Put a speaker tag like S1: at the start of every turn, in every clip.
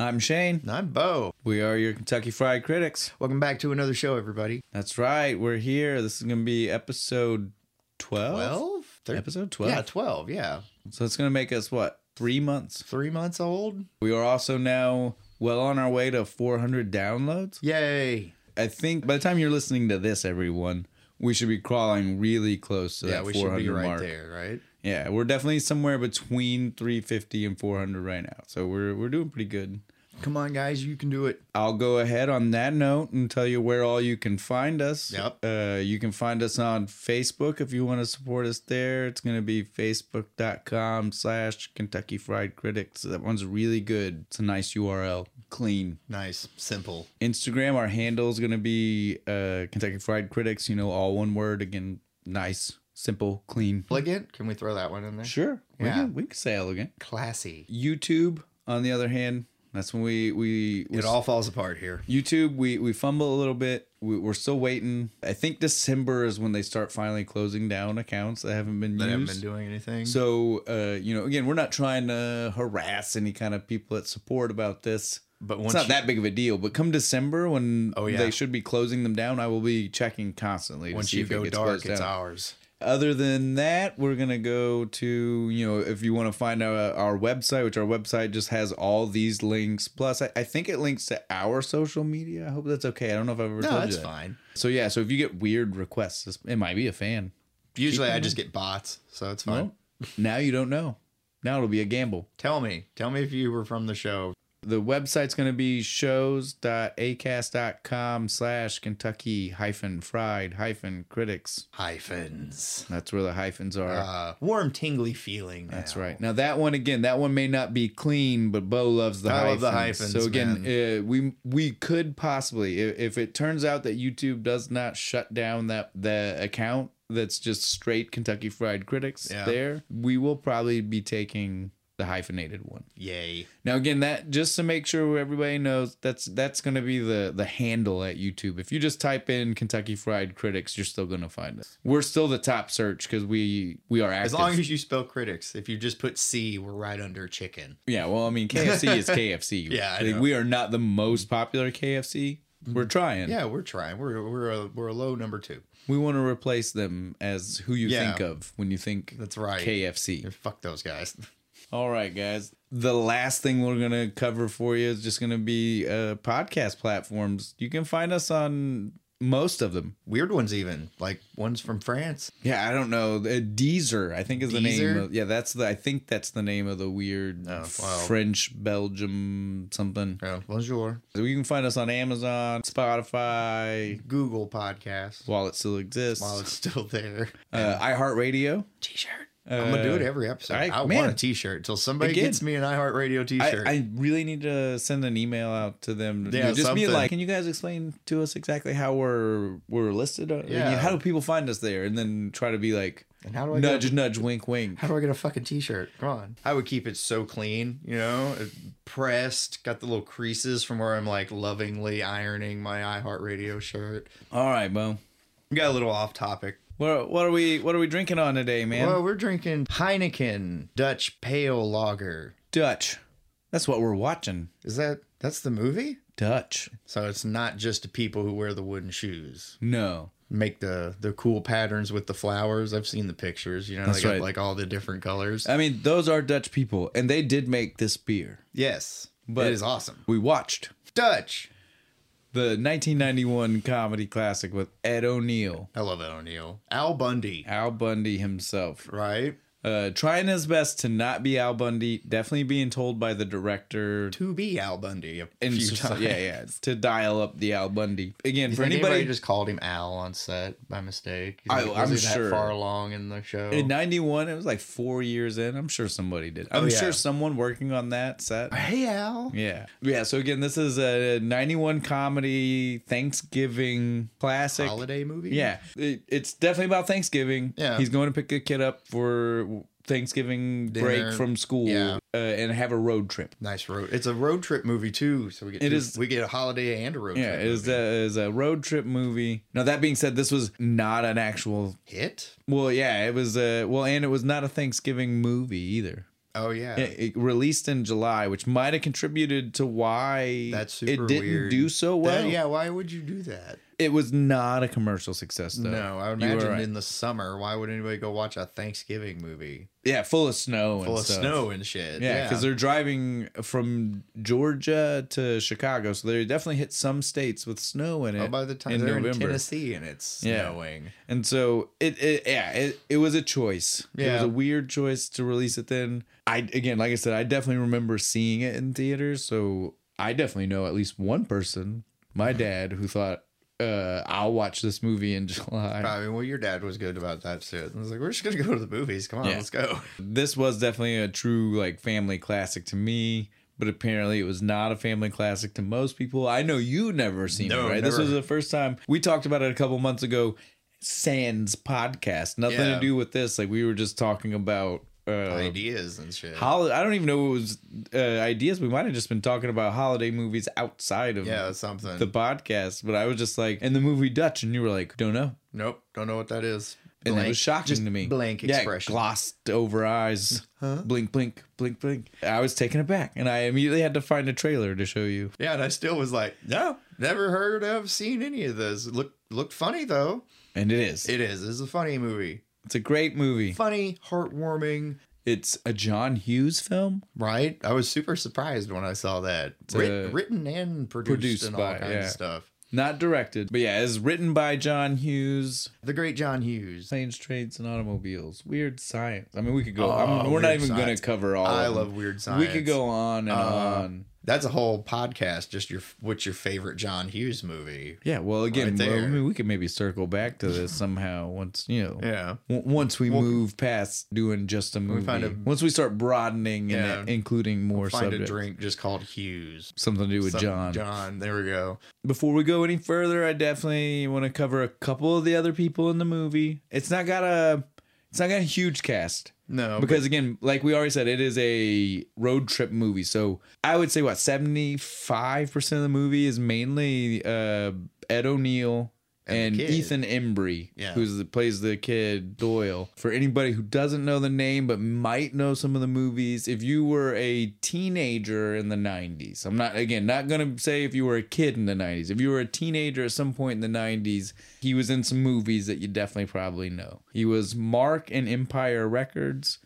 S1: I'm Shane.
S2: I'm Bo.
S1: We are your Kentucky Fried Critics.
S2: Welcome back to another show, everybody.
S1: That's right. We're here. This is going to be episode 12.
S2: 12? Thir-
S1: Episode 12.
S2: Yeah, 12. Yeah.
S1: So it's going to make us, what, three months?
S2: Three months old.
S1: We are also now well on our way to 400 downloads.
S2: Yay.
S1: I think by the time you're listening to this, everyone, we should be crawling really close to
S2: Yeah,
S1: that
S2: we
S1: 400
S2: should be right
S1: mark.
S2: there, right?
S1: Yeah, we're definitely somewhere between 350 and 400 right now. So we're we're doing pretty good.
S2: Come on, guys. You can do it.
S1: I'll go ahead on that note and tell you where all you can find us.
S2: Yep.
S1: Uh, you can find us on Facebook if you want to support us there. It's going to be facebook.com slash Kentucky Fried Critics. That one's really good. It's a nice URL. Clean.
S2: Nice. Simple.
S1: Instagram, our handle is going to be uh, Kentucky Fried Critics, you know, all one word. Again, nice, simple, clean.
S2: Elegant. Can we throw that one in there?
S1: Sure. We,
S2: Yeah.
S1: can, we can say elegant.
S2: Classy.
S1: YouTube, on the other hand, that's when we we, we
S2: It all falls apart here.
S1: YouTube, we we fumble a little bit. We, we're still waiting. I think December is when they start finally closing down accounts that haven't been
S2: That
S1: used.
S2: haven't been doing anything.
S1: so, uh, you know, again, we're not trying to harass any kind of people at support about this.
S2: but
S1: It's
S2: once
S1: not
S2: you,
S1: that big of a deal, but come December when
S2: Oh, yeah.
S1: they should be closing them down, I will be checking constantly. to
S2: once
S1: see
S2: you
S1: if it
S2: go
S1: gets
S2: dark,
S1: closed
S2: it's
S1: down
S2: ours.
S1: other than that we're gonna go to you know if you want to find our, our website which our website just has all these links plus I, I think it links to our social media i hope that's okay i don't know if i've ever
S2: No,
S1: told
S2: that's
S1: you that.
S2: fine.
S1: so yeah so if you get weird requests this- it might be a fan
S2: Usually
S1: Keep
S2: I
S1: it
S2: just get bots, so it's fine.
S1: Well, now you don't know now it'll be a gamble
S2: Tell me. Tell me if you were from the show.
S1: the website's going to be shows.acast.com slash kentucky hyphen fried hyphen critics
S2: Hyphens.
S1: that's where the hyphens are
S2: Uh, warm, tingly feeling.
S1: That's
S2: now.
S1: right. Now that one again, that one may not be clean, but Bo loves the
S2: I love
S1: hyphens.
S2: the
S1: So
S2: hyphens,
S1: again, uh, we we could possibly, if, if it turns out that YouTube does not shut down that the account that's just straight Kentucky Fried Critics
S2: Yeah.
S1: there, we will probably be taking the hyphenated one.
S2: Yay.
S1: Now again, that just to make sure everybody knows, that's that's going to be the the handle at YouTube. If you just type in Kentucky Fried Critics, you're still going to find us. We're still the top search because we we are active.
S2: As long as you spell critics, if you just put C, we're right under chicken.
S1: Yeah, well, I mean, KFC is KFC.
S2: Yeah, I
S1: Like,
S2: know. Mm-hmm.
S1: we are not the most popular KFC. We're trying.
S2: Yeah, we're trying. We're we're a, we're a low number two.
S1: we want to replace them as who you
S2: Yeah.
S1: think of when you think
S2: That's right.
S1: KFC.
S2: Fuck those guys.
S1: All right, guys. The last thing we're gonna cover for you is just gonna be uh, podcast platforms. You can find us on most of them.
S2: Weird ones even like ones from France.
S1: Yeah, I don't know. Uh, Deezer, I think is the name.
S2: Deezer?
S1: Of, yeah, that's the. I think that's the name of the weird
S2: Oh, wow.
S1: French Belgium something.
S2: Oh, bonjour.
S1: You can find us on Amazon, Spotify,
S2: Google podcast
S1: while it still exists.
S2: while it's still there.
S1: uh, iHeartRadio. Uh,
S2: T-shirt. I'm gonna do it every episode.
S1: I-
S2: I,
S1: man.
S2: want a T-shirt until somebody
S1: Again.
S2: gets me an iHeartRadio
S1: I,
S2: T-shirt.
S1: I really need to send an email out to them.
S2: Yeah,
S1: just be
S2: something.
S1: like, can you guys explain to us exactly how we're we're listed? Like,
S2: Yeah.
S1: how do people find us there? And then try to be like,
S2: and how do I
S1: nudge,
S2: get a,
S1: nudge, wink, wink.
S2: how do I get a fucking T-shirt? Come on. I would keep it so clean, you know, Uh, pressed. Got the little creases from where I'm like lovingly ironing my iHeartRadio shirt.
S1: All right, Bo.
S2: We got a little off topic.
S1: What, what are we what are we drinking on today, man?
S2: Well, we're drinking Heineken Dutch Pale Lager.
S1: Dutch. That's what we're watching.
S2: Is that that's the movie?
S1: Dutch.
S2: So it's not just the people who wear the wooden shoes.
S1: No.
S2: Make the the cool patterns with the flowers. I've seen the pictures, you know,
S1: That's
S2: they got
S1: right.
S2: like all the different colors.
S1: I mean, those are Dutch people, and they did make this beer.
S2: yes.
S1: But-
S2: it is awesome.
S1: We watched
S2: Dutch.
S1: the 1991 comedy classic with Ed O'Neill,
S2: I love Ed O'Neill. Al Bundy,
S1: Al Bundy himself.
S2: right?
S1: uh, trying his best to not be Al Bundy, definitely being told by the director
S2: To be Al Bundy a
S1: and
S2: few
S1: so-
S2: times.
S1: yeah, yeah, to dial up the Al Bundy again
S2: You
S1: for
S2: think
S1: anybody.
S2: just called him Al on set by mistake. You
S1: I-
S2: think-
S1: I'm
S2: was he that
S1: sure.
S2: far along in the show.
S1: in 91 it was like four years in i'm sure somebody did i'm
S2: Oh, yeah.
S1: sure someone working on that set
S2: hey Al.
S1: yeah yeah so again this is a 91 comedy thanksgiving classic
S2: Holiday movie.
S1: yeah It- it's definitely about thanksgiving
S2: Yeah.
S1: he's going to pick a kid up for thanksgiving break
S2: Dinner.
S1: from school
S2: Yeah.
S1: uh, and have a road trip
S2: Nice road. It's a road trip movie too, so we get
S1: It
S2: two-
S1: is-
S2: we get a holiday and a road
S1: Yeah,
S2: trip.
S1: it was, a,
S2: movie.
S1: it was a road trip movie. Now that being said, this was not an actual.
S2: hit?
S1: Well, yeah, it was. A, well, and it was not a Thanksgiving movie either.
S2: Oh yeah.
S1: It, it released in July, which might have contributed to why
S2: That's super
S1: it didn't
S2: weird.
S1: do so well.
S2: That- yeah, why would you do that?
S1: It was not a commercial success, though.
S2: no, I would
S1: you were
S2: imagine
S1: right.
S2: in the summer, why would anybody go watch a Thanksgiving movie
S1: Yeah, full of snow.
S2: full
S1: and
S2: of
S1: stuff.
S2: snow and shit?
S1: Yeah, because they're driving from Georgia to Chicago, so they definitely hit some states with snow in it.
S2: Oh, by the time
S1: in
S2: they're in
S1: November.
S2: Tennessee and it's
S1: Yeah.
S2: snowing.
S1: and so it, it yeah, it, it was a choice. It was
S2: Yeah.
S1: a weird choice to release it then. I again, like I said, I definitely remember seeing it in theaters, so I definitely know at least one person, my dad, who thought uh, I'll watch this movie in July.
S2: I mean, well, your dad was good about that shit. I was like, we're just gonna go to the movies. Come on,
S1: Yeah.
S2: let's go.
S1: This was definitely a true like family classic to me, but apparently it was not a family classic to most people. I know you never seen
S2: No,
S1: it, right? This
S2: never.
S1: was the first time we talked about it a couple months ago. Sans podcast, nothing
S2: Yeah.
S1: to do with this. Like we were just talking about uh,
S2: Ideas and shit.
S1: hol- I don't even know it was uh, ideas. We might have just been talking about holiday movies outside of
S2: yeah, something.
S1: the podcast. But I was just like, and the movie Dutch, and you were like, don't know.
S2: nope, don't know what that is.
S1: And it was shocking
S2: just
S1: to me.
S2: Blank
S1: Yeah,
S2: expression.
S1: glossed over eyes.
S2: Huh?
S1: Blink, blink, blink, blink. I was taken aback, and I immediately had to find a trailer to show you.
S2: Yeah, and I still was like, no, never heard of, seen any of this. Look, looked funny though.
S1: And it is.
S2: It is. This is a funny movie.
S1: It's a great movie.
S2: Funny, heartwarming,
S1: It's a John Hughes film.
S2: right? I was super surprised when I saw that.
S1: uh,
S2: Writ, written and produced,
S1: produced
S2: and
S1: by-
S2: all kinds
S1: yeah.
S2: of stuff.
S1: Not directed, but yeah, it's written by John Hughes.
S2: The great John Hughes.
S1: Planes, trains, and automobiles. Weird science. I mean, we could go.
S2: Oh,
S1: I'm, we're not
S2: weird
S1: even going
S2: science.
S1: to cover all.
S2: I
S1: of them.
S2: love weird science.
S1: Oh, We could go on and
S2: Uh,
S1: on.
S2: That's a whole podcast. Just your what's your favorite John Hughes movie?
S1: Yeah. Well, again,
S2: Right
S1: well, I
S2: there.
S1: mean, we could maybe circle back to this somehow once you know.
S2: Yeah,
S1: W- Once we
S2: Well-
S1: move past doing just a movie,
S2: find a-
S1: once we start broadening
S2: Yeah.
S1: and uh, including more
S2: find
S1: subjects,
S2: a drink just called Hughes.
S1: something to do with
S2: Some-
S1: John.
S2: John, there we go.
S1: Before we go any further, I definitely want to cover a couple of the other people in the movie. It's not got a, it's not got a huge cast
S2: No,
S1: because again, like we already said, it is a road trip movie. So I would say what seventy five percent of the movie is mainly uh, Ed O'Neill
S2: And
S1: and
S2: the kid.
S1: Ethan Embry,
S2: Yeah.
S1: who's the, plays the kid Doyle. For anybody who doesn't know the name but might know some of the movies, if you were a teenager in the '90s, I'm not again not gonna say if you were a kid in the '90s. If you were a teenager at some point in the '90s, he was in some movies that you definitely probably know. He was Mark in Empire Records.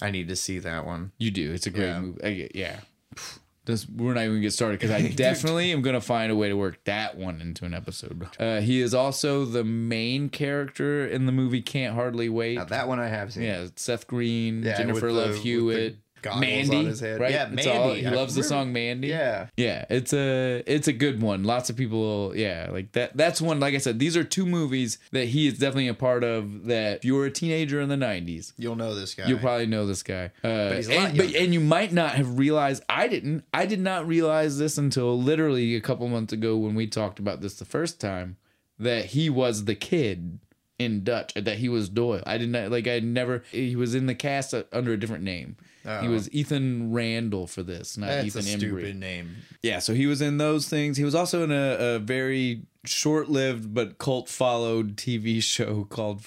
S2: I need to see that one.
S1: You do. It's a great
S2: Yeah.
S1: movie. I- yeah. This, we're not even gonna get started because I definitely am gonna find a way to work that one into an episode. Uh, he is also the main character in the movie Can't Hardly Wait.
S2: Now that one I have seen.
S1: yeah, Seth Green,
S2: Yeah, with
S1: Jennifer
S2: the-
S1: Love
S2: with the
S1: Hewitt,
S2: goggles
S1: Mandy.
S2: on his head.
S1: Right?
S2: Yeah,
S1: It's all-
S2: Mandy.
S1: he
S2: I
S1: loves the
S2: remember-
S1: song Mandy.
S2: yeah.
S1: Yeah, it's a it's a good one. Lots of people, yeah, like that. That's one. Like I said, these are two movies that he is definitely a part of. That if you were a teenager in the '90s,
S2: You'll know this guy.
S1: You'll probably know this guy. Uh,
S2: he's a lot
S1: and, but,
S2: younger.
S1: and you might not have realized, I didn't. I did not realize this until literally a couple months ago when we talked about this the first time that he was the kid in Dutch, uh, that he was Doyle. I did not, like, I had never, he was in the cast uh, under a different name. He
S2: Oh.
S1: was Ethan Randall for this, not
S2: That's
S1: Ethan
S2: a
S1: Embry.
S2: stupid name.
S1: Yeah, so he was in those things. He was also in a, a very short lived but cult followed TV show called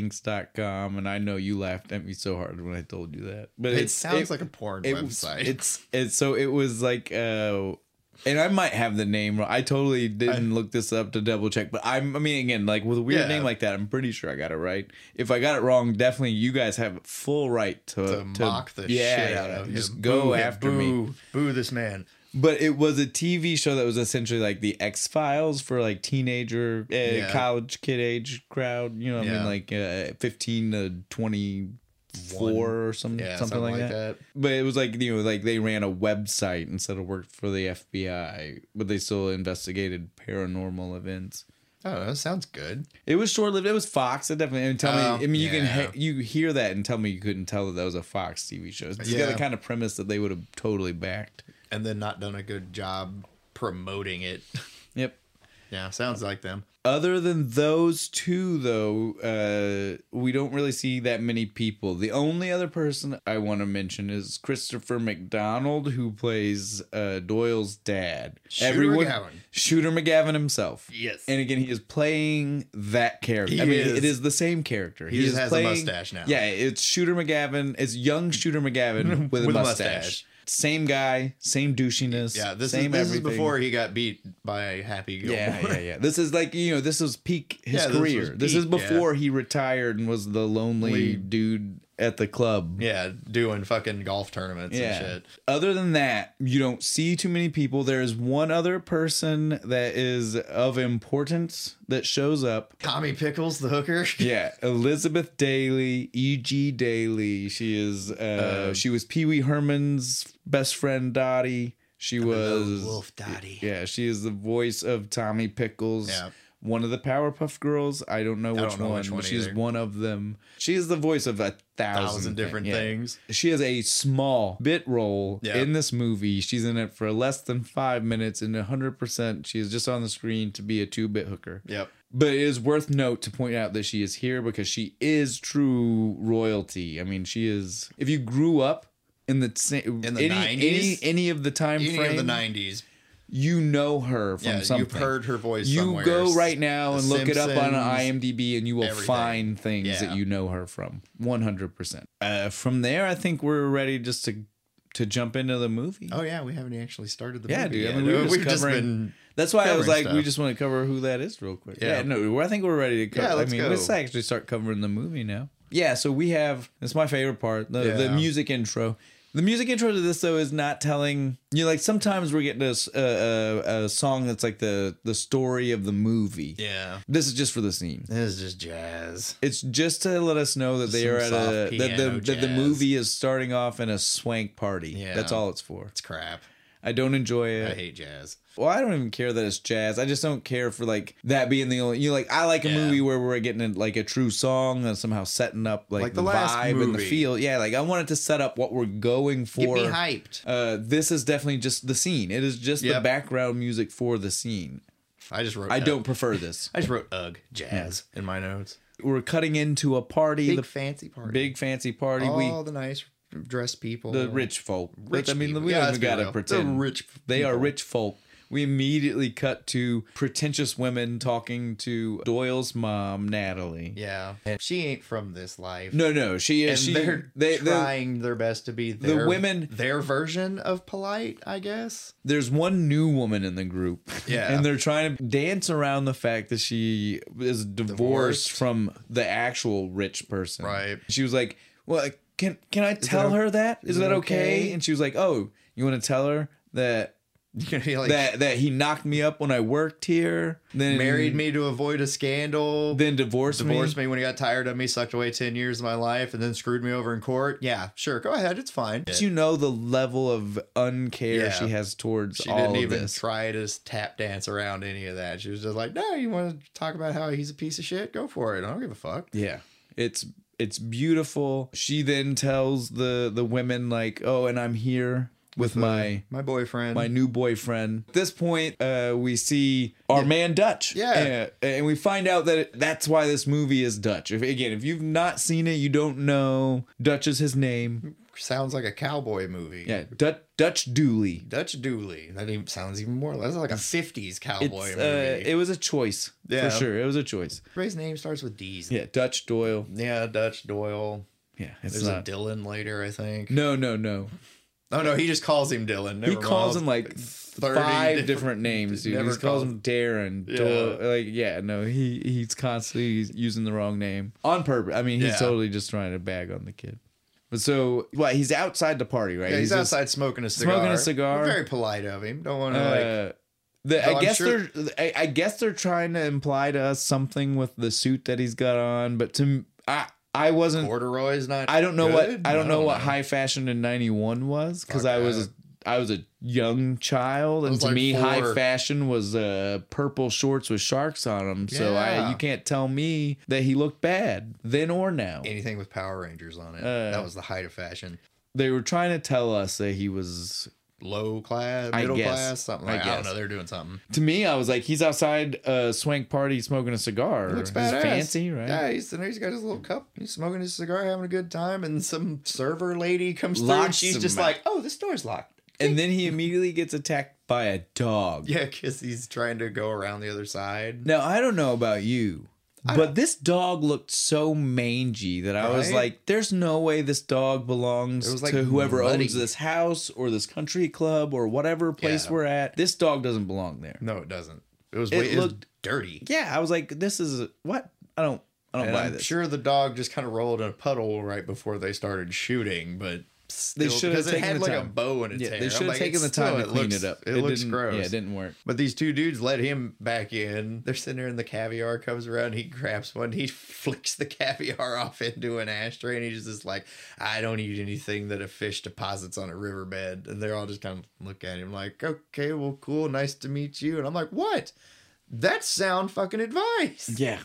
S1: freakylinks.com. And I know you laughed at me so hard when I told you that. But
S2: It,
S1: it's-
S2: sounds like a porn
S1: it was-
S2: website.
S1: It's it's so it was like uh and I might have the name wrong. I totally didn't look this up to double check, but I'm I mean again, like with a weird
S2: Yeah.
S1: name like that, I'm pretty sure I got it right. If I got it wrong, definitely you guys have full right to,
S2: to mock the shit out of him.
S1: Just go
S2: Boo him.
S1: after me.
S2: boo, Boo this man.
S1: But it was a TV show that was essentially like the X Files for like teenager, uh,
S2: Yeah.
S1: college kid age crowd. You know, what
S2: Yeah.
S1: I mean, like uh, fifteen to twenty four or some,
S2: Yeah,
S1: something, like, that. But it was like you know, like they ran a website instead of worked for the FBI, but they still investigated paranormal events.
S2: I don't know. Oh, Sounds good.
S1: It was short lived. It was Fox. It definitely. And tell
S2: Oh,
S1: me. I mean, you
S2: yeah.
S1: can he- you hear that and tell me you couldn't tell that that was a Fox TV show. It's got
S2: Yeah.
S1: the kind of premise that they would have totally backed.
S2: And then not done a good job promoting it.
S1: Yep.
S2: Yeah, sounds like them.
S1: Other than those two, though, uh, we don't really see that many people. The only other person I want to mention is Christopher McDonald, who plays uh, Doyle's dad.
S2: Shooter McGavin.
S1: Shooter McGavin himself.
S2: Yes.
S1: And again, he is playing that character.
S2: He
S1: I mean,
S2: is.
S1: it is the same character.
S2: He just has a mustache now.
S1: Yeah, it's Shooter McGavin. It's young Shooter McGavin with, a
S2: With a
S1: mustache.
S2: mustache.
S1: Same guy, same douchiness.
S2: Yeah, this, is,
S1: same
S2: this is
S1: everything.
S2: before he got beat by Happy Gilmore.
S1: Yeah, yeah, yeah. This is like you know, this was peak his
S2: Yeah, this was
S1: career. This, is
S2: peak, yeah.
S1: before he retired and was the lonely dude at the club.
S2: Yeah, doing fucking golf tournaments
S1: Yeah.
S2: and shit.
S1: Other than that, you don't see too many people. There is one other person that is of importance that shows up.
S2: Tommy Pickles, the hooker.
S1: Yeah, Elizabeth Daly, E.G. Daly. She is. Uh, she was Pee Wee Herman's best friend, Dottie. She was
S2: Wolf Dottie.
S1: Yeah, she is the voice of Tommy Pickles.
S2: Yeah.
S1: One of the Powerpuff Girls. I don't know which
S2: don't know
S1: one.
S2: which one
S1: She's
S2: either.
S1: one of them. She is the voice of a thousand,
S2: Thousand different
S1: thing- yeah.
S2: things.
S1: She has a small bit role
S2: Yeah.
S1: in this movie. She's in it for less than five minutes, and 100% she is just on the screen to be a two bit hooker.
S2: Yep.
S1: But it is worth note to point out that she is here because she is true royalty. I mean, she is. If you grew up in the same
S2: In the
S1: any,
S2: 90s?
S1: any any of the time
S2: Any
S1: frame,
S2: of the nineties.
S1: you know her from
S2: Yeah,
S1: something.
S2: you've heard her voice.
S1: You
S2: somewhere.
S1: go right now
S2: The
S1: and look it up on
S2: Simpsons,
S1: IMDb, and you will
S2: everything.
S1: find things that
S2: Yeah.
S1: you know her from. One hundred percent. Uh, From there, I think we're ready just to to jump into the movie.
S2: Oh yeah, we haven't actually started the
S1: Yeah,
S2: movie
S1: dude. I
S2: yet.
S1: mean, we were just
S2: We've just
S1: covering-
S2: been
S1: That's why I was
S2: Covering
S1: like, we
S2: stuff.
S1: just want to cover who that is real quick. Yeah,
S2: Yeah.
S1: no, I think we're ready to cover.
S2: Yeah,
S1: I
S2: let's
S1: mean,
S2: go.
S1: let's actually start covering the movie now. Yeah, so we have. That's my favorite part. The, the
S2: Yeah.
S1: music intro. The music intro to this though is not telling. You know, like sometimes we're getting a, s- a- a- a song that's like the the story of the movie.
S2: Yeah.
S1: This is just for the scene.
S2: This is just jazz.
S1: It's just to let us know that they
S2: Some
S1: are at
S2: soft
S1: a that the
S2: piano
S1: that the
S2: jazz.
S1: movie is starting off in a swank party.
S2: Yeah.
S1: That's all it's for.
S2: It's crap.
S1: I don't enjoy it.
S2: I hate jazz.
S1: Well, I don't even care that it's jazz. I just don't care for like that being the only. You know, like I like a
S2: Yeah.
S1: movie where we're getting like a true song and somehow setting up like,
S2: Like
S1: the,
S2: the last
S1: vibe and the
S2: movie.
S1: feel. Yeah, like I wanted to set up what we're going
S2: Get
S1: for.
S2: me hyped.
S1: Uh, this is definitely just the scene. It is just the
S2: Yep.
S1: background music for the scene.
S2: I just wrote.
S1: I
S2: ugh.
S1: don't prefer this.
S2: I just wrote ugh jazz in my notes.
S1: We're cutting into a party,
S2: Big
S1: the
S2: fancy party.
S1: big fancy party.
S2: All
S1: we
S2: the nice dressed people.
S1: the rich folk. But,
S2: Rich
S1: I mean,
S2: people.
S1: we
S2: Yeah,
S1: don't
S2: let's
S1: even
S2: be
S1: gotta
S2: real.
S1: pretend
S2: They're rich
S1: They are
S2: people.
S1: rich folk. We immediately cut to pretentious women talking to Doyle's mom, Natalie.
S2: Yeah, and she ain't from this life.
S1: No, no, she
S2: and
S1: is. she,
S2: they're
S1: they, they-
S2: trying their best to be their,
S1: women-
S2: their version of polite, I guess.
S1: there's one new woman in the group.
S2: Yeah.
S1: and they're trying to dance around the fact that she is divorced,
S2: Divorced.
S1: from the actual rich person.
S2: Right.
S1: She was like, "Well, can can I tell
S2: o-
S1: her that? Is,
S2: is
S1: that
S2: it
S1: okay?
S2: okay?
S1: And she was like, "Oh, you want to tell her that
S2: You're gonna be like
S1: that that he knocked me up when I worked here, then
S2: married me to avoid a scandal,
S1: then divorced,
S2: divorced
S1: me.
S2: me. when he got tired of me, sucked away ten years of my life, and then screwed me over in court. Yeah, sure, go ahead, it's fine.
S1: Once You know the level of uncare
S2: Yeah.
S1: she has towards
S2: she
S1: all
S2: didn't
S1: of
S2: even
S1: this.
S2: try to s- tap dance around any of that. She was just like, "No, you want to talk about how he's a piece of shit? Go for it. I don't give a fuck."
S1: yeah, it's it's beautiful. She then tells the the women like, "Oh, and I'm here with,
S2: Mm-hmm.
S1: my."
S2: My boyfriend.
S1: my new boyfriend. At this point, uh, we see our man Dutch.
S2: Yeah.
S1: Uh, and we find out that it- that's why this movie is Dutch. If, again, if you've not seen it, you don't know Dutch is his name.
S2: sounds like a cowboy movie.
S1: Yeah, Dutch Dutch Dooley.
S2: Dutch Dooley. That even sounds even more. That's like a '50s cowboy
S1: It's, uh,
S2: movie.
S1: it was a choice
S2: Yeah.
S1: for sure. It was a choice.
S2: Everybody's name starts with D's.
S1: Yeah, Dutch Doyle.
S2: Yeah, Dutch Doyle.
S1: Yeah, it's
S2: There's
S1: not.
S2: a Dylan later, I think.
S1: no, no, no.
S2: Oh no, he just calls him Dylan. Never
S1: he calls
S2: mind.
S1: him like
S2: 30
S1: five different,
S2: different-
S1: names, dude.
S2: never
S1: He calls
S2: calls-
S1: him Darren.
S2: Yeah.
S1: Doyle. Like, yeah, no, he he's constantly using the wrong name on purpose. I mean, he's
S2: Yeah.
S1: totally just trying to bag on the kid. But so, well, he's outside the party, right?
S2: Yeah, he's,
S1: just,
S2: outside smoking a cigar.
S1: Smoking a cigar.
S2: Very polite of him. Don't want to like.
S1: Uh, the,
S2: Oh,
S1: I
S2: I'm
S1: guess
S2: sure-
S1: they're. I, I guess they're trying to imply to us something with the suit that he's got on, but to m- I I wasn't
S2: Corduroy's not.
S1: Uh, I don't know
S2: good?
S1: what I don't know what
S2: know.
S1: high fashion in '91 was because
S2: Fuck
S1: I was
S2: that.
S1: I was a young child, and
S2: was
S1: to
S2: like
S1: me, high
S2: four.
S1: fashion was uh, purple shorts with sharks on them. So I
S2: Yeah.
S1: you can't tell me that he looked bad then or now.
S2: anything with Power Rangers on it.
S1: Uh,
S2: that was the height of fashion.
S1: They were trying to tell us that he was
S2: low class,
S1: I
S2: middle
S1: guess.
S2: class, something
S1: I
S2: like I don't
S1: guess.
S2: know. They're doing something.
S1: To me, I was like, he's outside a swank party smoking a cigar.
S2: It looks
S1: He's
S2: badass.
S1: fancy, right?
S2: Yeah, he's sitting there. He's got his little cup. He's smoking his cigar, having a good time. And some server lady comes through, and
S1: Locks
S2: she's
S1: him
S2: just
S1: out.
S2: like, "Oh, this door's locked."
S1: And then he immediately gets attacked by a dog.
S2: Yeah, because he's trying to go around the other side.
S1: Now, I don't know about you,
S2: I
S1: but this dog looked so mangy that I was
S2: Right?
S1: like, there's no way this dog belongs
S2: It was, like,
S1: to whoever
S2: muddy.
S1: owns this house or this country club or whatever place
S2: Yeah.
S1: we're at. This dog doesn't belong there.
S2: No, it doesn't. It was.
S1: It
S2: way, it was
S1: looked-
S2: dirty.
S1: Yeah, I was like, this is a, what? I don't I don't
S2: And
S1: buy
S2: I'm
S1: this.
S2: sure the dog just kind of rolled in a puddle right before they started shooting, but
S1: They
S2: still,
S1: should have
S2: because it
S1: taken
S2: had
S1: the
S2: like a
S1: time.
S2: bow in its
S1: yeah,
S2: hair.
S1: they
S2: I'm
S1: should have
S2: like,
S1: taken
S2: it's
S1: the time
S2: still-
S1: to clean
S2: looks-
S1: it up.
S2: It, looks
S1: didn't-
S2: gross.
S1: Yeah, it didn't work.
S2: But these two dudes let him back in. They're sitting there and the caviar comes around. He grabs one. He flicks the caviar off into an ashtray and he's just like, I don't eat anything that a fish deposits on a riverbed. And they're all just kind of look at him like, okay, well, cool. Nice to meet you. And I'm like, what? That's sound fucking advice.
S1: Yeah.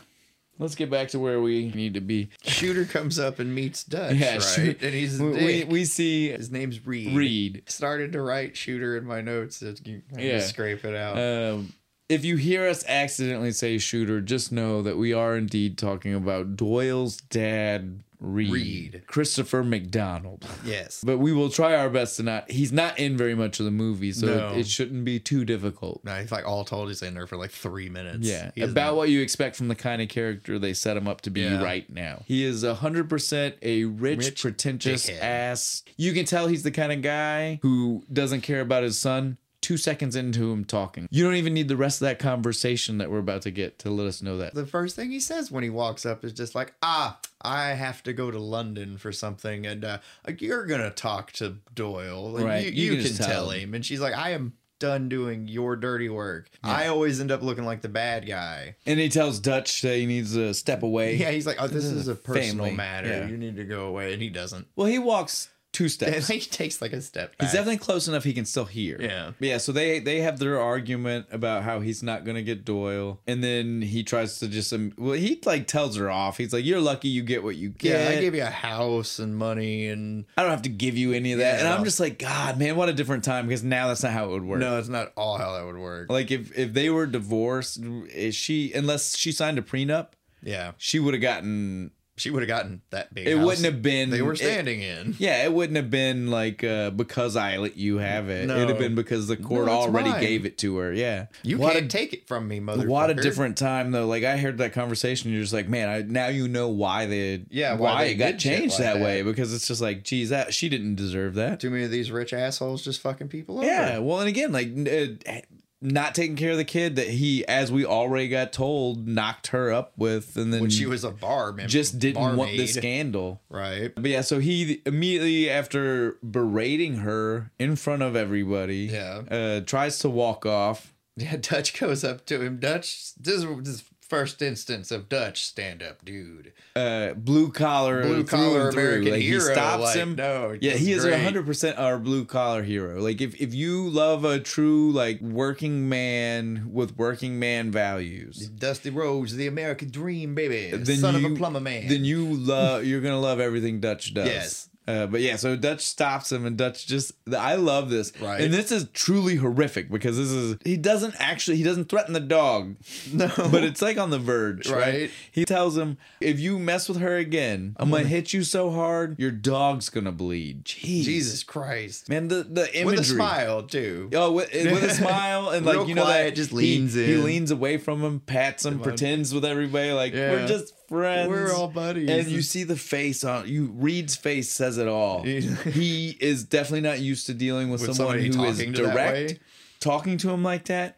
S1: Let's get back to where we need to be.
S2: Shooter comes up and meets Dutch.
S1: Yeah,
S2: right?
S1: Shooter-
S2: And he's a
S1: We, we,
S2: dick.
S1: we see
S2: His name's Reed.
S1: Reed.
S2: Started to write Shooter in my notes. That you I
S1: Yeah.
S2: yeah. scrape it out.
S1: Um, if you hear us accidentally say shooter, just know that we are indeed talking about Doyle's dad, Reed,
S2: Reed.
S1: Christopher McDonald.
S2: yes.
S1: But we will try our best to not. He's not in very much of the movie, so
S2: No.
S1: it, it shouldn't be too difficult.
S2: No, he's like all told he's in there for like three minutes.
S1: Yeah,
S2: He doesn't-
S1: about what you expect from the kind of character they set him up to be
S2: Yeah.
S1: right now. He is 100% a rich,
S2: Rich
S1: pretentious
S2: dickhead.
S1: ass. You can tell he's the kind of guy who doesn't care about his son. Two seconds into him talking, you don't even need the rest of that conversation that we're about to get to let us know that.
S2: the first thing he says when he walks up is just like, ah, I have to go to London for something, and uh, you're gonna talk to Doyle. and
S1: Right,
S2: You,
S1: you
S2: you
S1: can
S2: can,
S1: just
S2: tell,
S1: tell
S2: him. And she's like, I am done doing your dirty work. I always end up looking like the bad guy.
S1: And he tells Dutch that he needs to step away.
S2: Yeah, he's like, oh, this, is, a personal
S1: Mm, family,
S2: matter.
S1: yeah.
S2: You need to go away, and he doesn't.
S1: Well, he walks two
S2: And
S1: steps.
S2: he takes like a step back.
S1: He's definitely close enough he can still hear.
S2: Yeah.
S1: But yeah, so they they have their argument about how he's not going to get Doyle and then he tries to just um, well he like tells her off. He's like you're lucky you get what you
S2: yeah,
S1: get.
S2: I gave you a house and money, and
S1: I don't have to give you any of that.
S2: Yeah.
S1: and I'm just like god, man, what a different time because now that's not how it would work.
S2: no, it's not all how that would work.
S1: Like if if they were divorced, is she unless she signed a prenup,
S2: yeah,
S1: she would have gotten
S2: she would have gotten that big.
S1: it
S2: house
S1: wouldn't have been
S2: they were
S1: it-
S2: standing in.
S1: Yeah, it wouldn't have been like uh, because I let you have it.
S2: No.
S1: It'd have been because the court
S2: No, it's
S1: already
S2: mine.
S1: gave it to her. Yeah,
S2: You
S1: what
S2: can't
S1: a,
S2: take it from me, motherfucker.
S1: what a different time though. Like I heard that conversation, you're just like, man, I now you know why they
S2: Yeah,
S1: why,
S2: why they
S1: it got
S2: did shit
S1: changed
S2: like
S1: that,
S2: that.
S1: way because it's just like, geez, that she didn't deserve that.
S2: Too many of these rich assholes just fucking people over.
S1: Yeah, well, and again, like. n- Uh, not taking care of the kid that he, as we already got told, knocked her up with, and then
S2: when she was a bar member,
S1: just didn't want the
S2: barmaid,
S1: scandal.
S2: right?
S1: But yeah, so he immediately after berating her in front of everybody,
S2: Yeah.
S1: uh, tries to walk off.
S2: Yeah, Dutch goes up to him. Dutch, this is this is first instance of Dutch stand up dude,
S1: Uh, blue collar,
S2: blue collar
S1: through and through.
S2: American
S1: Like,
S2: hero.
S1: He stops
S2: like,
S1: him.
S2: No,
S1: Yeah, he is
S2: a
S1: hundred percent our blue collar hero. Like if, if you love a true like working man with working man values,
S2: Dusty Rose, the American dream, baby,
S1: Then
S2: son of
S1: you-
S2: a plumber man.
S1: then you love you're gonna love everything Dutch does.
S2: Yes.
S1: Uh, but yeah, so Dutch stops him, and Dutch just I love this,
S2: Right.
S1: and this is truly horrific because this is he doesn't actually he doesn't threaten the dog,
S2: no,
S1: but it's like on the verge, right?
S2: Right.
S1: He tells him, "If you mess with her again, I'm gonna hit you so hard your dog's gonna bleed." Jeez.
S2: Jesus Christ,
S1: man, the the imagery.
S2: with a smile too.
S1: Oh, with, with a smile and like
S2: Real
S1: you know
S2: quiet,
S1: that
S2: just
S1: he-
S2: leans
S1: he,
S2: in.
S1: leans away from him, pats him, pretends with everybody like we're
S2: Yeah.
S1: just friends.
S2: We're all buddies.
S1: And you see the face on you. Reed's face says it all.
S2: He-
S1: he is definitely not used to dealing with,
S2: With
S1: someone
S2: somebody
S1: who is
S2: talking to that
S1: direct,
S2: way.
S1: talking to him like that,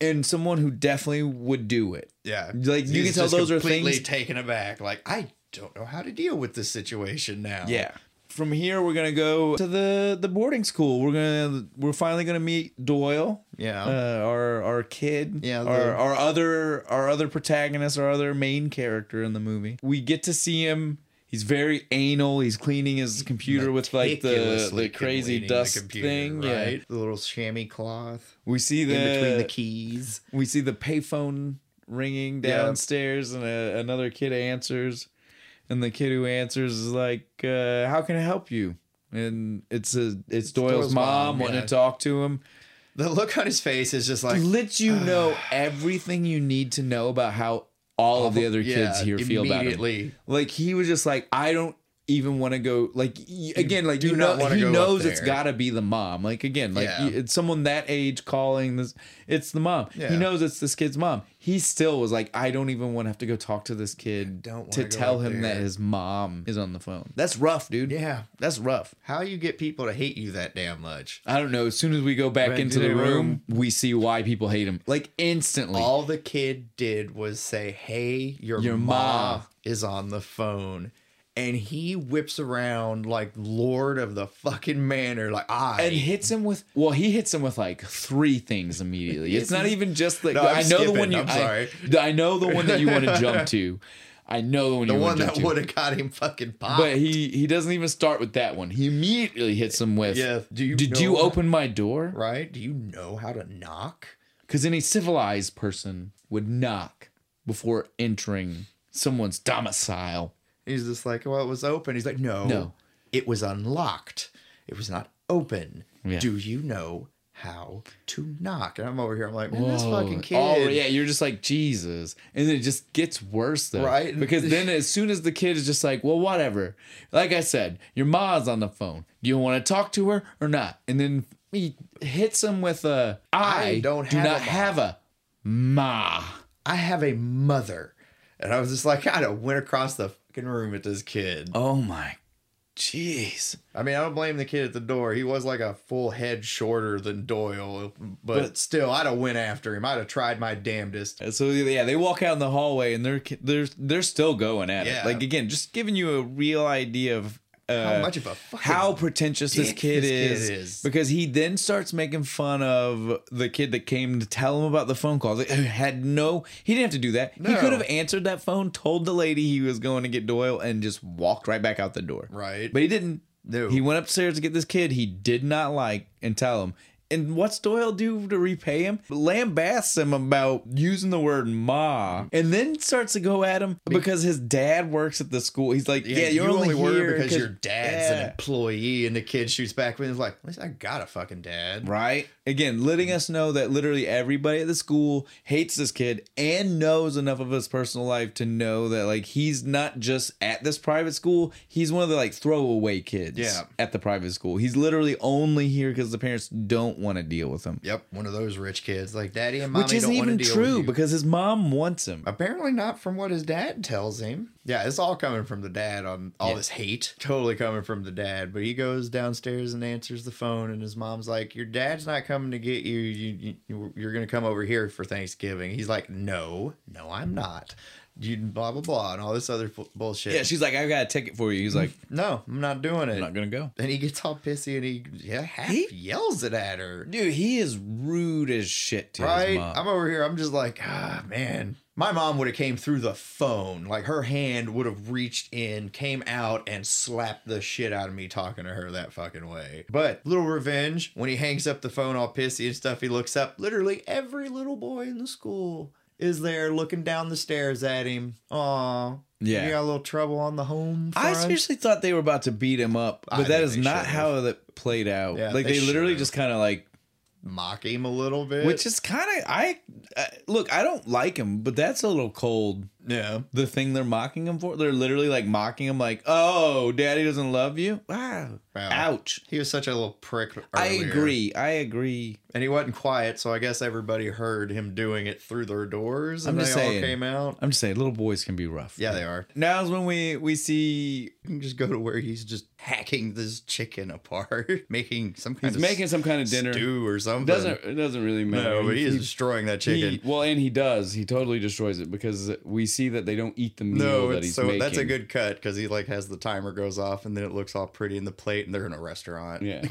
S1: and someone who definitely would do it.
S2: Yeah.
S1: Like, you can
S2: He's
S1: tell
S2: just
S1: those are
S2: completely
S1: things-
S2: taken aback. Like, I don't know how to deal with this situation now.
S1: Yeah. From here, we're gonna go to the the boarding school. We're gonna we're finally gonna meet Doyle.
S2: Yeah.
S1: Uh, our our kid.
S2: Yeah,
S1: Our
S2: the-
S1: our other our other protagonist, our other main character in the movie. We get to see him. He's very anal. He's cleaning his computer with like the the
S2: Meticulously
S1: crazy
S2: cleaning the
S1: dust
S2: computer,
S1: thing. Yeah.
S2: The little chamois cloth
S1: We see the,
S2: in between the keys.
S1: we see the payphone ringing
S2: Yeah.
S1: downstairs, and uh another kid answers, and the kid who answers is like, uh, "How can I help you?" and it's a it's Doyle's,
S2: Doyle's
S1: mom
S2: mom,
S1: wanting
S2: yeah.
S1: to talk to him.
S2: The look on his face is just like uh.
S1: Let you know everything you need to know about how all of the other kids
S2: yeah,
S1: here feel about it.
S2: immediately.
S1: Like he was just like, I don't even want to go. Like y- again, like
S2: do
S1: you know,
S2: not wanna
S1: he
S2: go up
S1: knows it's
S2: there.
S1: got to be the mom. Like again, like
S2: Yeah.
S1: y- it's someone that age calling this. It's the mom. He
S2: Yeah.
S1: knows it's this kid's mom. He still was like, I don't even want to have to go talk to this kid.
S2: don't wanna
S1: to
S2: go
S1: tell
S2: up
S1: him that
S2: there.
S1: his mom is on the phone. That's rough, dude.
S2: Yeah.
S1: that's rough.
S2: How you get people to hate you that damn much?
S1: I don't know. As soon as we go back
S2: Went
S1: into
S2: to
S1: the
S2: the
S1: room, we see why people hate him. Like instantly.
S2: All the kid did was say, "Hey, your,
S1: Your
S2: ma,
S1: ma."
S2: is on the phone." And he whips around like lord of the fucking manor like "Ah, I
S1: and hits him with well he hits him with like three things immediately it's not even just the
S2: No, I'm
S1: i know the one
S2: skipping.
S1: you
S2: I'm
S1: I-
S2: sorry.
S1: I, know the one that you want to jump to i know the one
S2: the
S1: you
S2: one
S1: want to
S2: that
S1: jump to
S2: would have got him fucking popped.
S1: but he he doesn't even start with that one he immediately hits him with
S2: Yeah, do you
S1: did
S2: know
S1: you
S2: what-
S1: open my door
S2: right? Do you know how to knock?
S1: because any civilized person would knock before entering someone's domicile
S2: He's just like, well, it was open. He's like, no,
S1: No.
S2: it was unlocked. It was not open.
S1: Yeah.
S2: Do you know how to knock? And I'm over here. I'm like, man, this
S1: Whoa.
S2: fucking kid.
S1: Oh yeah, you're just like Jesus, and then it just gets worse though,
S2: Right?
S1: Because then as soon as the kid is just like, well, whatever. Like I said, your ma's on the phone. Do you want to talk to her or not? And then he hits him with a I,
S2: don't
S1: do
S2: have
S1: not
S2: a ma."
S1: have a ma.
S2: I have a mother. And I was just like, I went across the fucking room at this kid.
S1: Oh my, jeez.
S2: I mean, I don't blame the kid at the door. He was like a full head shorter than Doyle, but,
S1: But-
S2: still, I'd have went after him. I'd have tried my damnedest.
S1: So yeah, they walk out in the hallway and they're they're they're still going at
S2: Yeah.
S1: it. Like again, just giving you a real idea of uh,
S2: How much of a fucking
S1: how pretentious this
S2: dick
S1: kid,
S2: this kid
S1: is,
S2: is.
S1: because he then starts making fun of the kid that came to tell him about the phone call. They had no, he didn't have to do that. He
S2: No.
S1: could have answered that phone, told the lady he was going to get Doyle, and just walked right back out the door.
S2: right?
S1: But he didn't.
S2: No.
S1: He went upstairs to get this kid he did not like and tell him. And what's Doyle do to repay him? Lambasts him about using the word ma and then starts to go at him because his dad works at the school. He's like, Yeah, you're
S2: you
S1: only,
S2: only worry
S1: here
S2: because your dad's
S1: Yeah.
S2: an employee, and the kid shoots back with him. He's like, at least I got a fucking dad.
S1: Right? Again, letting us know that literally everybody at the school hates this kid and knows enough of his personal life to know that like he's not just at this private school, he's one of the like throwaway kids
S2: Yeah.
S1: at the private school. He's literally only here because the parents don't want to deal with him.
S2: Yep, one of those rich kids. Like, daddy and mommy
S1: Which isn't
S2: don't want to
S1: even
S2: deal
S1: true
S2: with you.
S1: because his mom wants him.
S2: Apparently not from what his dad tells him. Yeah, it's all coming from the dad on all
S1: Yeah.
S2: this hate. Totally coming from the dad. But he goes downstairs and answers the phone, and his mom's like, "Your dad's not coming to get you. You, you you're gonna come over here for Thanksgiving." He's like, "No, no, I'm not." You blah blah blah and all this other fu- bullshit.
S1: Yeah, she's like, I got a ticket for you. He's like,
S2: no, I'm not doing it.
S1: I'm not gonna go.
S2: And he gets all pissy and he yeah, half
S1: He-
S2: yells it at her.
S1: Dude, he is rude as shit to his
S2: Right?
S1: mom.
S2: I'm over here. I'm just like, ah, man. My mom would have came through the phone. Like her hand would have reached in, came out, and slapped the shit out of me talking to her that fucking way. But little revenge. When he hangs up the phone all pissy and stuff, he looks up. Literally every little boy in the school is there looking down the stairs at him. Aw.
S1: Yeah.
S2: You got a little trouble on the home
S1: I
S2: front.
S1: seriously thought they were about to beat him up,
S2: I
S1: but that
S2: think
S1: is
S2: they
S1: not
S2: should've.
S1: how that played out.
S2: Yeah,
S1: like
S2: they
S1: they, literally
S2: should've.
S1: just kind of like,
S2: Mock him a little bit.
S1: which is kind of I uh, look. I don't like him, but that's a little cold.
S2: yeah.
S1: The thing they're mocking him for, they're literally like mocking him, like, "Oh, daddy doesn't love you." Wow,
S2: Wow.
S1: ouch.
S2: He was such a little prick.
S1: I
S2: earlier.
S1: agree. I agree.
S2: And he wasn't quiet, so I guess everybody heard him doing it through their doors and
S1: I'm
S2: they
S1: just saying.
S2: all came out.
S1: I'm just saying, little boys can be rough.
S2: Yeah, they are.
S1: Now's when we we see
S2: You can just go to where he's just hacking this chicken apart, making some kind
S1: he's
S2: of
S1: making some kind of
S2: stew
S1: dinner.
S2: or something.
S1: Doesn't it doesn't really matter.
S2: no, but he is
S1: He-
S2: destroying that
S1: he-
S2: chicken.
S1: well, and he does. He totally destroys it because we see that they don't eat the meal
S2: no,
S1: that
S2: it's
S1: he's
S2: so
S1: making.
S2: that's a good cut because he like has the timer goes off and then it looks all pretty in the plate and they're in a restaurant.
S1: Yeah.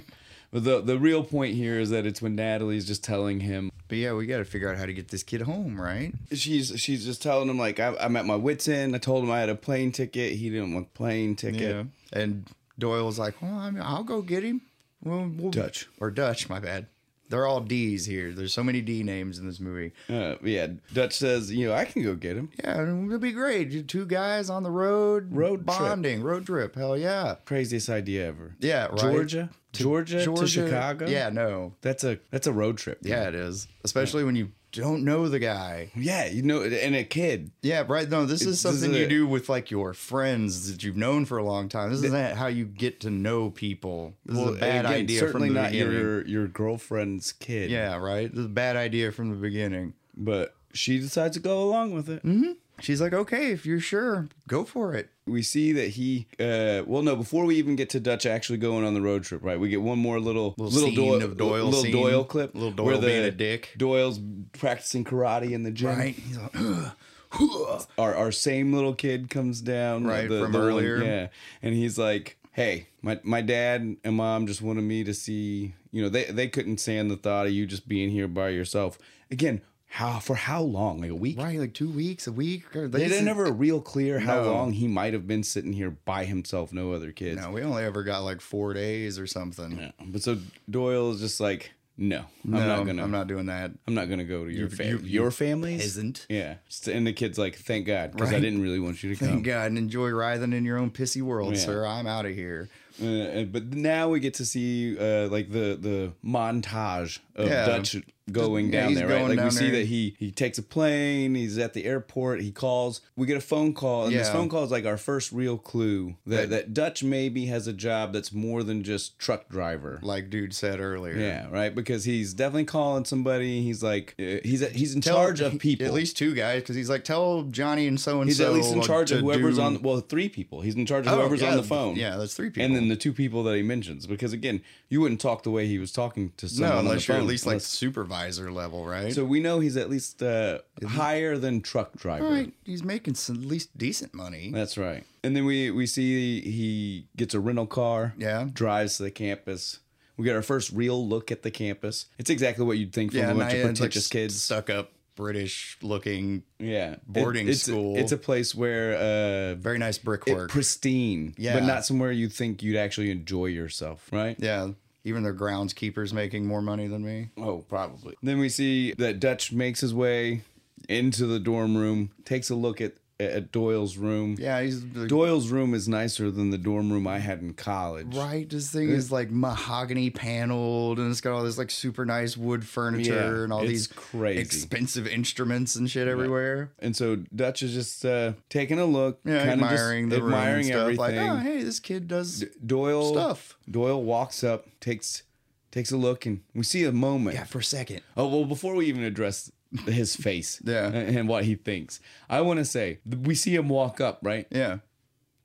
S1: But the the real point here is that it's when Natalie's just telling him
S2: But yeah, we got to figure out how to get this kid home, right?
S3: she's she's just telling him like I, I'm at my wits end. I told him I had a plane ticket. He didn't want a plane ticket.
S2: And Doyle's like, well, I mean, I'll go get him. Well, we'll
S3: Dutch.
S2: or Dutch, my bad. They're all D's here. There's so many D names in this movie.
S1: Uh, yeah, Dutch says, you know, I can go get him.
S2: Yeah, and it'll be great. You two guys on the road,
S4: Road trip.
S2: bonding, road trip. Hell yeah,
S1: Craziest idea ever.
S2: yeah, right.
S4: Georgia, Georgia, to Chicago.
S2: Yeah, no,
S4: that's a that's a road trip.
S2: yeah, it is. Especially when you don't know the guy.
S1: Yeah, you know, and a kid.
S2: Yeah, right. No, this is
S1: It's- this is
S2: something you
S1: a-
S2: do with like your friends that you've known for a long time. This isn't how you get to know people. This
S1: Well,
S2: is a bad
S1: again,
S2: idea.
S1: Certainly
S2: from the
S1: not
S2: beginning.
S1: your your girlfriend's kid.
S2: Yeah, right. This is a bad idea from the beginning.
S1: but she decides to go along with it.
S2: Mm-hmm. She's like, okay, if you're sure, go for it.
S1: we see that he uh well no before we even get to dutch actually going on the road trip right we get one more little
S2: Little
S1: little,
S2: scene
S1: doyle,
S2: of Doyle
S1: little
S2: scene.
S1: doyle clip
S2: Little Doyle being a dick.
S1: doyle's practicing karate in the gym
S2: Right? He's like, "Ugh, huh."
S1: our, our same little kid comes down
S2: Right,
S1: the-
S2: from
S1: the one-
S2: earlier.
S1: yeah and he's like hey my, my dad and mom just wanted me to see you know they, they couldn't stand the thought of you just being here by yourself again how for how long like a week
S2: right, like two weeks, a week. Or
S1: They didn't ever real clear how
S2: No.
S1: long he might have been sitting here by himself, no other kids.
S2: No, we only ever got like four days or something.
S1: Yeah. But so Doyle is just like, no,
S2: No,
S1: I'm not gonna, I'm not,
S2: doing that.
S1: gonna go to your
S2: You-
S1: family.
S2: you-
S1: your family's,
S2: Isn't.
S1: yeah. And the kid's like, thank God, because I
S2: Right.
S1: didn't really want you to
S2: Thank
S1: come.
S2: God, and enjoy writhing in your own pissy world,
S1: Yeah.
S2: sir. I'm out of here.
S1: Uh, and- but now we get to see uh, like the the montage of
S2: Yeah.
S1: Dutch going
S2: yeah,
S1: down
S2: he's
S1: there, right?
S2: going
S1: Like we
S2: down
S1: see
S2: there.
S1: that he he takes a plane, he's at the airport, he calls. We get a phone call, and this
S2: Yeah.
S1: phone call is like our first real clue
S2: That-
S1: that, that Dutch maybe has a job that's more than just truck driver.
S2: Like dude said earlier.
S1: Yeah, right. Because he's definitely calling somebody. He's like, uh, he's he's in charge of people.
S2: At least two guys, because he's like, tell Johnny and so and
S1: he's
S2: so.
S1: at least in charge of whoever's
S2: do...
S1: on. Well, three people. He's in charge of
S2: Oh,
S1: whoever's
S2: yeah,
S1: on the phone.
S2: Yeah, that's three people.
S1: and then the two people that he mentions. Because again, you wouldn't talk the way he was talking to someone.
S2: no,
S1: on
S2: unless
S1: the
S2: you're
S1: phone,
S2: at least like
S1: unless-
S2: supervisor level, right?
S1: So we know he's at least uh, higher than truck driver.
S2: All right, he's making some, at least decent money.
S1: That's right. And then we we see he gets a rental car.
S2: Yeah.
S1: Drives to the campus. We get our first real look at the campus. It's exactly what you'd think from a
S2: and
S1: bunch
S2: I-
S1: of
S2: it's, like,
S1: pretentious kids.
S2: stuck up British looking,
S1: Yeah, It-
S2: boarding
S1: it's a-
S2: school.
S1: it's a place where uh,
S2: very nice
S1: it,
S2: brickwork.
S1: pristine,
S2: Yeah.
S1: but not somewhere you think you'd actually enjoy yourself, right?
S2: yeah, even their groundskeeper's making more money than me.
S1: Oh, probably. Then we see that Dutch makes his way into the dorm room, takes a look at at Doyle's room.
S2: Yeah, he's the
S1: Doyle's room is nicer than the dorm room I had in college.
S2: right. This thing is like mahogany paneled, and it's got all this like super nice wood furniture
S1: Yeah,
S2: and all
S1: it's
S2: these
S1: crazy.
S2: expensive instruments and shit everywhere.
S1: And so Dutch is just uh, taking a look,
S2: Yeah,
S1: kinda just
S2: admiring the room and
S1: admiring
S2: stuff.
S1: everything.
S2: Like, oh, hey, this kid does
S1: Doyle
S2: stuff.
S1: Doyle walks up, takes takes a look, and we see a moment.
S2: Yeah, for a second.
S1: Oh well, before we even address his face,
S2: Yeah.
S1: and and what he thinks, I want to say we see him walk up, right?
S2: Yeah,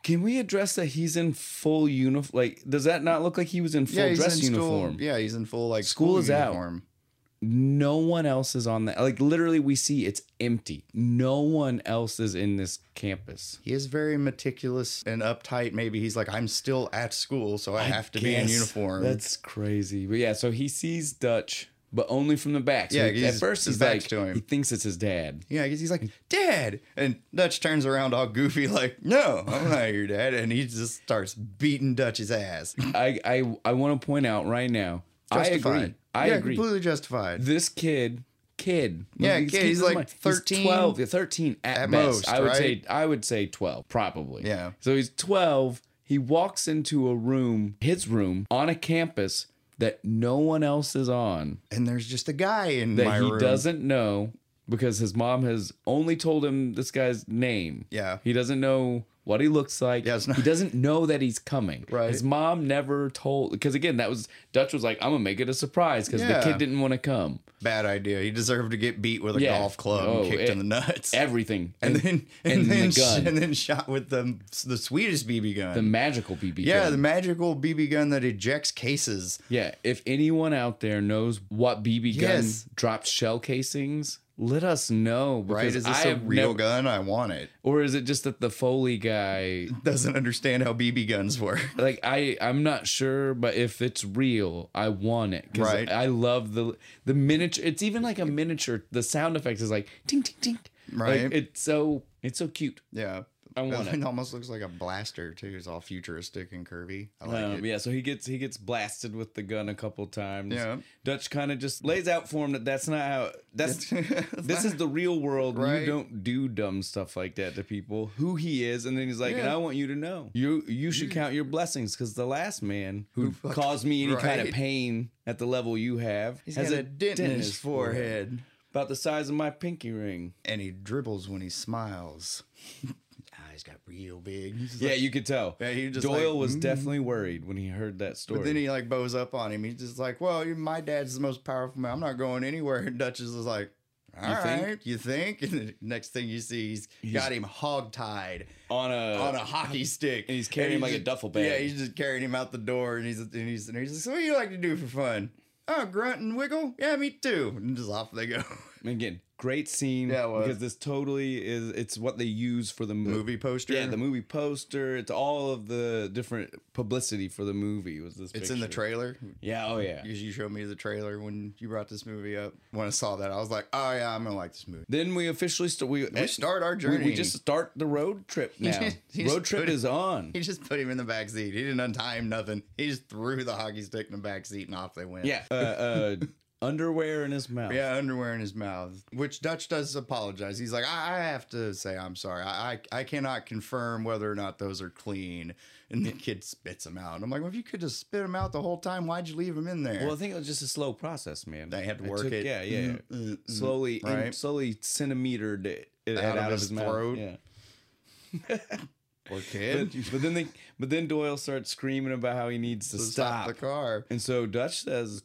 S1: Can we address that he's in full uniform? Like, does that not look like he was in full
S2: yeah, he's
S1: dress
S2: in school-
S1: uniform?
S2: yeah, he's in full like
S1: School is out.
S2: uniform.
S1: No one else is on that. Like, literally, we see it's empty. No one else is in this campus.
S2: He is very meticulous and uptight. Maybe he's like, I'm still at school, so I, have to be in
S1: Guess.
S2: uniform.
S1: That's crazy. But yeah, so he sees Dutch, but only from the back. So
S2: Yeah,
S1: he- at
S2: he's-
S1: first
S2: his
S1: he's like,
S2: back's to him.
S1: he thinks it's his dad.
S2: yeah, because he's like, Dad! And Dutch turns around all goofy, like, No, I'm not your dad. And he just starts beating Dutch's ass.
S1: I I, I want to point out right now. I agree. I
S2: yeah,
S1: agree.
S2: completely justified.
S1: This kid, kid,
S2: Yeah,
S1: this
S2: kid,
S1: kid
S2: he's
S1: doesn't
S2: like
S1: mind.
S2: 13.
S1: twelve, yeah, thirteen at,
S2: At
S1: best.
S2: most,
S1: I would
S2: right?
S1: say I would say twelve, probably.
S2: Yeah.
S1: So he's twelve. He walks into a room, his room, on a campus that no one else is on
S2: and there's just a guy in
S1: that
S2: my
S1: he
S2: room.
S1: doesn't know because his mom has only told him this guy's name.
S2: Yeah.
S1: He doesn't know what he looks like.
S2: Yeah, it's not-
S1: he doesn't know that he's coming.
S2: Right.
S1: His mom never told because again, that was Dutch was like, I'm gonna make it a surprise because
S2: Yeah.
S1: the kid didn't want to come.
S2: Bad idea. He deserved to get beat with a
S1: Yeah.
S2: golf club
S1: Oh,
S2: and kicked
S1: it-
S2: in the nuts.
S1: Everything.
S2: and then and,
S1: and the
S2: then sh-
S1: gun.
S2: and then shot with the the sweetest BB gun.
S1: the magical BB.
S2: yeah,
S1: gun.
S2: the magical BB gun that ejects cases.
S1: yeah. If anyone out there knows what BB
S2: Yes.
S1: gun dropped shell casings, let us know.
S2: Right?
S1: because
S2: Is this
S1: I
S2: a
S1: have
S2: real
S1: nev-
S2: gun? I want it.
S1: or is it just that the Foley guy
S2: Doesn't understand how BB guns work.
S1: like I I'm not sure, but if it's real, I want it because
S2: Right.
S1: I love the the miniature. It's even like a miniature. The sound effects is like ting ting ting. Like,
S2: Right.
S1: it's so it's so cute.
S2: Yeah.
S1: I want
S2: It
S1: it.
S2: almost looks like a blaster too. It's all futuristic and curvy. I like
S1: Um,
S2: it.
S1: yeah, so he gets he gets blasted with the gun a couple times.
S2: Yeah.
S1: Dutch kind of just lays out for him that that's not how that's this is the real world.
S2: Right.
S1: You don't do dumb stuff like that to people. Who he is, and then he's like, and
S2: Yeah.
S1: I want you to know you you should count your blessings because the last man who,
S2: Who fuck-
S1: caused me any kind of
S2: Right.
S1: pain at the level you have
S2: He's got a dent in his forehead.
S1: about the size of my pinky ring.
S2: and he dribbles when he smiles. Eyes got real big. He's just
S1: Yeah,
S2: like-
S1: you could tell.
S2: Yeah, he just
S1: Doyle
S2: like, mm-hmm. "Mm."
S1: was definitely worried when he heard that story.
S2: but then he like bows up on him. He's just like, "Well, you- my dad's the most powerful man. I'm not going anywhere." And Duchess is like, "All right,
S1: think?
S2: you think?" And the next thing you see, he's got him hogtied
S1: on
S2: on a hockey stick,
S1: and he's carrying him like a
S2: just-
S1: duffel bag.
S2: Yeah, he's just carrying him out the door, and he's and he's and he's like, "So what do you like to do for fun?" Oh, grunt and wiggle. Yeah, me too. And just off they go.
S1: And again, great scene.
S2: Yeah, it was.
S1: because this totally is it's what they use for the mo-
S2: Movie poster.
S1: Yeah, the movie poster. It's all of the different publicity for the movie. Was this?
S2: It's in the
S1: picture.
S2: trailer.
S1: Yeah. Oh yeah.
S2: You, you showed me the trailer when you brought this movie up. When I saw that, I was like, "Oh yeah, I'm gonna like this movie."
S1: Then we officially start. We, eh,
S2: We start our
S1: we-
S2: journey.
S1: we just start the road trip now.
S2: just- he
S1: road
S2: just
S1: trip
S2: put it-
S1: is on.
S2: he just put him in the back seat. He didn't untie him, nothing. He just threw the hockey stick in the back seat, and off they went.
S1: Yeah. Uh, uh, underwear in his mouth.
S2: Yeah, underwear in his mouth, which Dutch does apologize. He's like, I, I have to say I'm sorry. I, I I cannot confirm whether or not those are clean. And the kid spits them out. And I'm like, well, if you could just spit them out the whole time, why'd you leave them in there?
S1: Well, I think it was just a slow process, man.
S2: They had to work
S1: took-
S2: it.
S1: Yeah, yeah. yeah.
S2: Mm, mm,
S1: slowly, in-
S2: right?
S1: slowly centimetered it, it out,
S2: Out of
S1: of
S2: his
S1: his,
S2: throat.
S1: Mouth. Yeah.
S2: Poor
S1: But,
S2: kid.
S1: but then they, but then Doyle starts screaming about how he needs to,
S2: So
S1: stop.
S2: the car.
S1: And so Dutch says,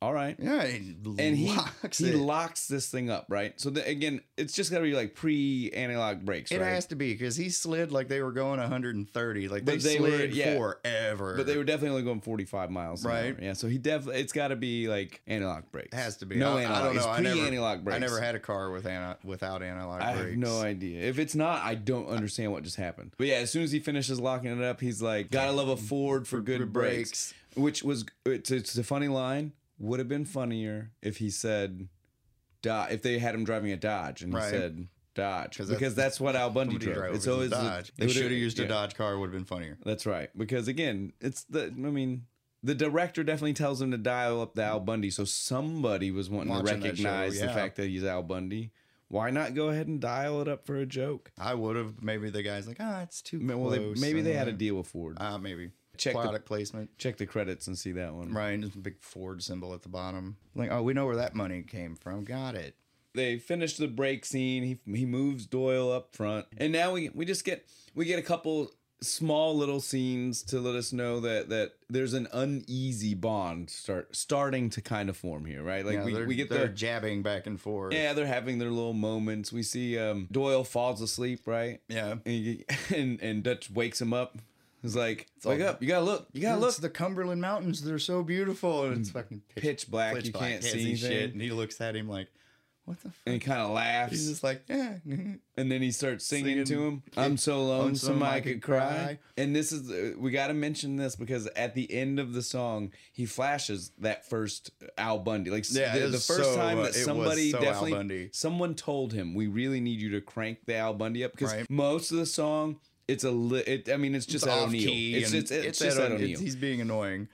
S1: "All right."
S2: Yeah, and,
S1: And he
S2: locks
S1: he
S2: it.
S1: locks this thing up, right? So the, again, it's just got to be like pre-analog brakes,
S2: it
S1: right?
S2: has to be because he slid like they were going 130. Like they,
S1: But they were-
S2: slid
S1: yeah.
S2: forever.
S1: but they were definitely only going 45 miles, an
S2: Right.
S1: hour. Yeah, so he definitely it's got to be like analog brakes.
S2: It has to be.
S1: no
S2: I,
S1: analog.
S2: I don't know.
S1: It's
S2: I never-
S1: pre-analog brakes.
S2: I never had a car with ana- without analog
S1: I
S2: brakes.
S1: have no idea. If it's not, I don't understand what just happened. But yeah, as soon as he finishes locking it up, he's like, "Gotta love a Ford for good
S2: good
S1: brakes," which was it's, it's a funny line. Would have been funnier if he said, "Dodge." If they had him driving a Dodge and he
S2: Right.
S1: said Dodge, because
S2: that's-
S1: that's what Al Bundy
S2: Somebody
S1: drove.
S2: drove
S1: It's
S2: it was a
S1: always a-
S2: Dodge.
S1: it
S2: they
S1: would've-
S2: should have used
S1: yeah.
S2: a Dodge car. Would have been funnier.
S1: That's right. Because again, it's the I mean, the director definitely tells him to dial up the Al Bundy. So somebody was wanting
S2: Watching
S1: to
S2: that show,
S1: recognize the
S2: yeah.
S1: fact that he's Al Bundy. Why not go ahead and dial it up for a joke?
S2: I would have. Maybe the guy's like, ah, it's too.
S1: Ma- Well, they,
S2: close,"
S1: maybe
S2: and
S1: they had a
S2: then-
S1: deal with Ford.
S2: Ah, maybe
S1: Check the-
S2: product placement.
S1: Check the credits and see that one.
S2: Right, just a big Ford symbol at the bottom. Like, oh, we know where that money came from. Got it.
S1: They finish the break scene. He he moves Doyle up front, and now we we just get we get a couple small little scenes to let us know that that there's an uneasy bond start starting to kind of form here, right? Like
S2: Yeah,
S1: we,
S2: they're-
S1: we get
S2: they're
S1: the
S2: jabbing back and forth.
S1: yeah they're having their little moments. We see um, Doyle falls asleep, right?
S2: yeah.
S1: And, he- and and Dutch wakes him up. He's like, wake up! You gotta look! You gotta
S2: Look,
S1: look!
S2: it's the Cumberland Mountains. They're so beautiful, and it's fucking pitch,
S1: Pitch black.
S2: pitch
S1: you
S2: black,
S1: can't see
S2: see
S1: anything.
S2: shit. And he looks at him like, "What the
S1: And
S2: fuck?"
S1: he kind of laughs.
S2: He's just like, "Yeah."
S1: And then he starts singing,
S2: Singing,
S1: to him, I'm so lonesome
S2: lonesome
S1: I
S2: I
S1: could
S2: could
S1: cry.
S2: cry.
S1: And this is, uh, we got to mention this because at the end of the song, he flashes that first Al Bundy. Like, s-
S2: Yeah,
S1: the,
S2: it
S1: the
S2: was
S1: first
S2: so,
S1: time
S2: uh,
S1: that
S2: it was
S1: somebody
S2: so Al
S1: definitely,
S2: Bundy.
S1: someone told him, we really need you to crank the Al Bundy up because
S2: Right.
S1: most of the song, it's a, li- it, I mean, it's just Ed O'Neill.
S2: off-key
S1: It's,
S2: and
S1: it's, it's, just E
S2: Ed
S1: Ed
S2: O'Ne-
S1: O'Neill.
S2: it's- He's being annoying.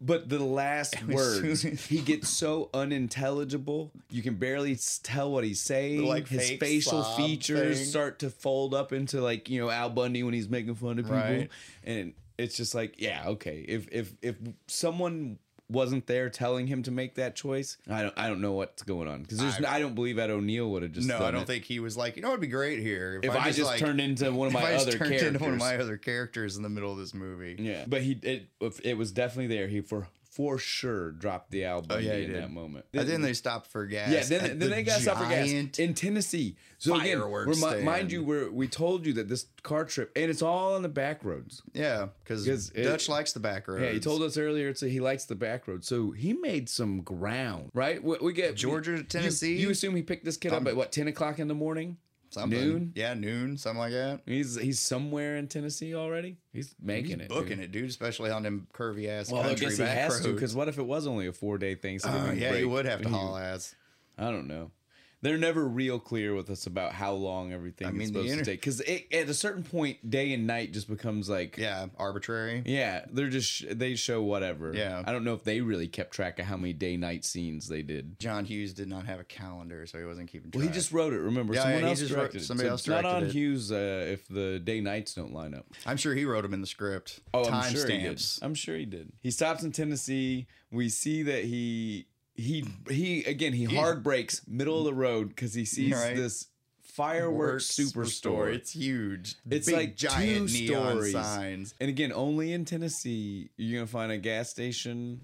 S1: But the last
S2: was-
S1: words, he gets so unintelligible. You can barely s- tell what he's saying.
S2: Like
S1: his
S2: fake
S1: facial
S2: sob
S1: features
S2: thing.
S1: start to fold up into like you know Al Bundy when he's making fun of people,
S2: Right.
S1: and it's just like yeah, okay. If if if someone wasn't there telling him to make that choice, I don't I don't know what's going on because there's I, don't believe Ed O'Neill would have just
S2: No,
S1: done
S2: I don't
S1: it.
S2: think he was like, you know, it'd be great here
S1: if I just,
S2: like-
S1: turned into one of
S2: if
S1: my
S2: I just
S1: other
S2: turned
S1: characters.
S2: into one of my other characters in the middle of this movie.
S1: Yeah, but he it if it was definitely there. He for for sure dropped the album
S2: Oh, yeah, he
S1: in
S2: did.
S1: that moment.
S2: And then they stopped for gas.
S1: yeah, then,
S2: at
S1: then
S2: the
S1: they got stopped for gas
S2: giant-
S1: in Tennessee. So again,
S2: fireworks
S1: remi-
S2: stand.
S1: mind you, we're, we told you that this car trip and it's all on the back roads.
S2: Yeah,
S1: 'Cause
S2: because
S1: it-
S2: Dutch likes the back roads.
S1: Yeah, he told us earlier it's a, he likes the back road, so he made some ground, right? We, we get
S2: Georgia to
S1: you-
S2: Tennessee? Um,
S1: You, assume he picked this kid up at what ten o'clock in the morning?
S2: something.
S1: noon?
S2: Yeah, noon, something like that.
S1: He's he's somewhere in Tennessee already. He's making it,
S2: Booking
S1: dude.
S2: it, dude, especially on them curvy ass
S1: Well, I
S2: country
S1: guess he
S2: back
S1: has to
S2: roads.
S1: because what if it was only a four day thing? So then
S2: Uh,
S1: we
S2: yeah, you
S1: break-
S2: would have to
S1: we-
S2: haul ass.
S1: I don't know. they're never real clear with us about how long everything
S4: I mean, the
S1: is supposed
S4: inter-
S1: to take because at a certain point, day and night just becomes like
S2: Yeah, arbitrary.
S1: yeah, they're just sh- they show whatever.
S2: Yeah.
S1: I don't know if they really kept track of how many day night scenes they did.
S2: John Hughes did not have a calendar, so he wasn't keeping track.
S1: Well, he just wrote it. Remember,
S2: Yeah,
S1: someone
S2: yeah, he
S1: else
S2: just wrote-
S1: directed it.
S2: somebody
S1: so
S2: else
S1: it's not
S2: directed
S1: on
S2: it.
S1: Hughes uh, if the day nights don't line up.
S2: I'm sure he wrote him in the script.
S1: Oh,
S2: Time
S1: I'm sure
S2: stamps.
S1: he did. I'm sure he did. He stops in Tennessee. We see that he he he again he hard breaks middle of the road because he sees
S2: Right.
S1: this fireworks superstore.
S2: It's huge.
S1: It's
S2: Big,
S1: like
S2: giant
S1: two
S2: neon
S1: stories.
S2: signs.
S1: And again, only in Tennessee you're gonna find a gas station,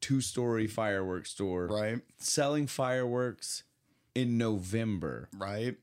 S1: two story fireworks store
S2: Right,
S1: selling fireworks in November.
S2: right.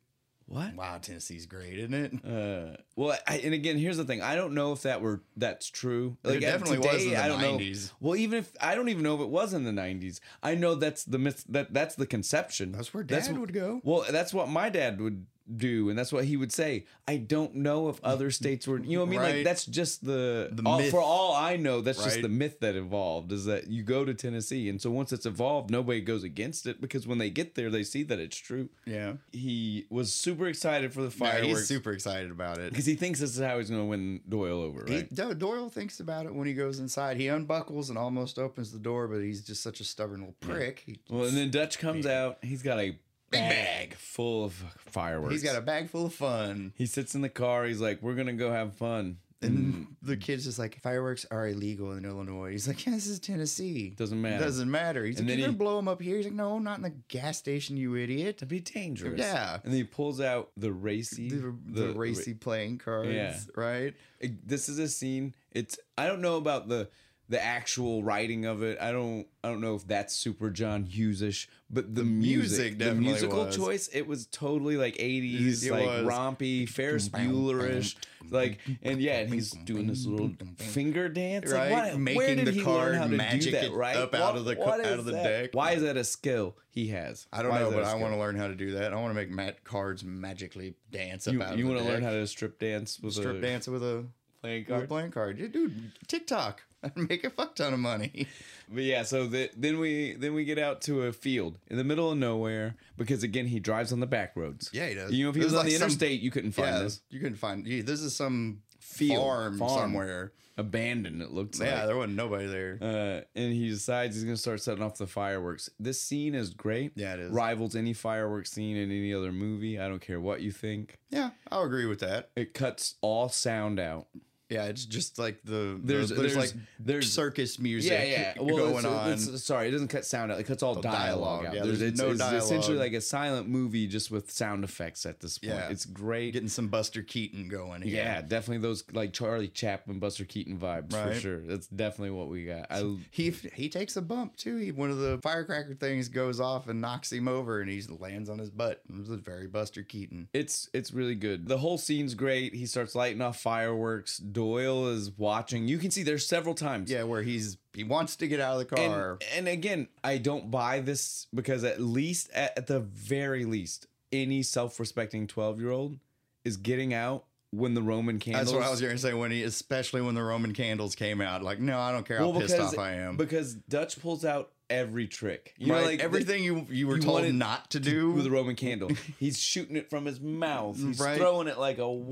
S1: What?
S2: Wow, Tennessee's great, isn't it?
S1: Uh, well, I, and again, here's the thing. I don't know if that were that's true.
S2: It definitely was in the
S1: I don't
S2: 90s.
S1: know. Well, even if I don't even know if it was in the '90s, I know that's the myth. That that's the conception.
S2: That's where Dad
S1: wh-
S2: would go.
S1: Well, that's what my dad would do, and that's what he would say. I don't know if other states were. You know what I mean?
S2: Right.
S1: Like that's just the,
S2: The
S1: all-
S2: myth.
S1: for all I know, that's just
S2: Right.
S1: the myth that evolved. Is that you go to Tennessee, and so once it's evolved, nobody goes against it because when they get there, they see that it's true.
S2: Yeah.
S1: He was super excited for the
S2: No,
S1: fireworks
S2: he's super excited about it.
S1: because he thinks this is how he's going to win Doyle over,
S2: He,
S1: right?
S2: Do- Doyle thinks about it when he goes inside. He unbuckles and almost opens the door, but he's just such a stubborn little prick. He,
S1: well, and then Dutch comes out. He's got a
S2: bag.
S1: bag full of fireworks.
S2: he's got a bag full of fun.
S1: He sits in the car. He's like, "We're gonna go have fun."
S2: And the kid's just like, fireworks are illegal in Illinois. He's like, yeah, this is Tennessee.
S1: Doesn't matter.
S2: Doesn't matter. He's
S1: And
S2: like,
S1: then
S2: you're going
S1: he-
S2: to blow him up here. He's like, no, not in the gas station, you idiot.
S1: That'd be dangerous.
S2: Yeah.
S1: And he pulls out the racy,
S2: The, the, racy playing cards,
S1: Yeah.
S2: right?
S1: it- this is a scene it's i don't know about the the actual writing of it i don't i don't know if that's super john hughes-ish but the,
S2: music
S1: music,
S2: definitely
S1: the musical
S2: was.
S1: choice it was totally like 80s
S2: It
S1: like
S2: was.
S1: rompy ferris bueller-ish like and yeah and he's doing this little finger dance
S2: Right,
S1: like, what-
S2: making
S1: where did
S2: the
S1: he
S2: card
S1: learn how to
S2: magic
S1: do
S2: it
S1: that right
S2: up out of the co-
S1: what
S2: out
S1: is
S2: of the
S1: that?
S2: deck.
S1: why is that a skill he has
S2: I don't
S1: Why is
S2: know,
S1: that a
S2: but I
S1: skill?
S2: want to learn how to do that. I want to make mat cards magically dance up
S1: you,
S2: out
S1: you
S2: want to
S1: learn how to strip dance with
S2: strip
S1: a
S2: dance with a
S1: playing
S2: with a
S1: card
S2: playing card. Yeah, Dude, TikTok. I'd make a fuck ton of money.
S1: But yeah, so the, then we then we get out to a field in the middle of nowhere because again he drives on the back roads.
S2: Yeah, he does.
S1: You know, if he
S2: This
S1: was
S2: is
S1: on
S2: like
S1: the
S2: some-
S1: interstate, you couldn't find
S2: yeah,
S1: this
S2: you couldn't find. yeah, This is some
S1: Field,
S2: farm,
S1: farm.
S2: somewhere.
S1: abandoned. It looks
S2: Yeah,
S1: like.
S2: there wasn't nobody there.
S1: Uh, and he decides he's gonna start setting off the fireworks. This scene is great.
S2: Yeah, it is.
S1: Rivals any fireworks scene in any other movie. I don't care what you think.
S2: Yeah, I'll agree with that.
S1: It cuts all sound out.
S2: Yeah, it's just like the
S1: There's-
S2: the- there's,
S1: there's-
S2: like
S1: there's-
S2: circus music
S1: Well,
S2: going
S1: it's-
S2: on.
S1: it's- sorry, it doesn't cut sound out. It cuts all dialogue,
S2: dialogue,
S1: out.
S2: yeah,
S1: there's,
S2: there's
S1: it's,
S2: no
S1: it's essentially
S2: dialogue.
S1: like a silent movie just with sound effects at this point.
S2: Yeah.
S1: It's great.
S2: Getting some Buster Keaton going. Here.
S1: Yeah, definitely those like Charlie Chaplin, Buster Keaton vibes for
S2: Right.
S1: sure. That's definitely what we got. I
S2: He, he takes a bump too. He, one of the firecracker things goes off and knocks him over, and he lands on his butt. It was very Buster Keaton.
S1: it's it's really good. The whole scene's great. He starts lighting off fireworks. Doyle is watching. You can see there's several times.
S2: Yeah, where he's he wants to get out of the
S1: And,
S2: car.
S1: and again, I don't buy this because at least at, at the very least, any self-respecting 12-year-old is getting out when the Roman candles
S2: That's what I was going to say when he, especially when the Roman candles came out. Like, no, I don't care how
S1: Well,
S2: pissed
S1: because-
S2: off I am.
S1: because Dutch pulls out every trick. You
S2: right?
S1: know like the-
S2: everything you you were
S1: you
S2: told
S1: wanted
S2: not to do.
S1: with a Roman candle. He's shooting it from his mouth. He's
S2: Right.
S1: throwing it like a
S2: Wand.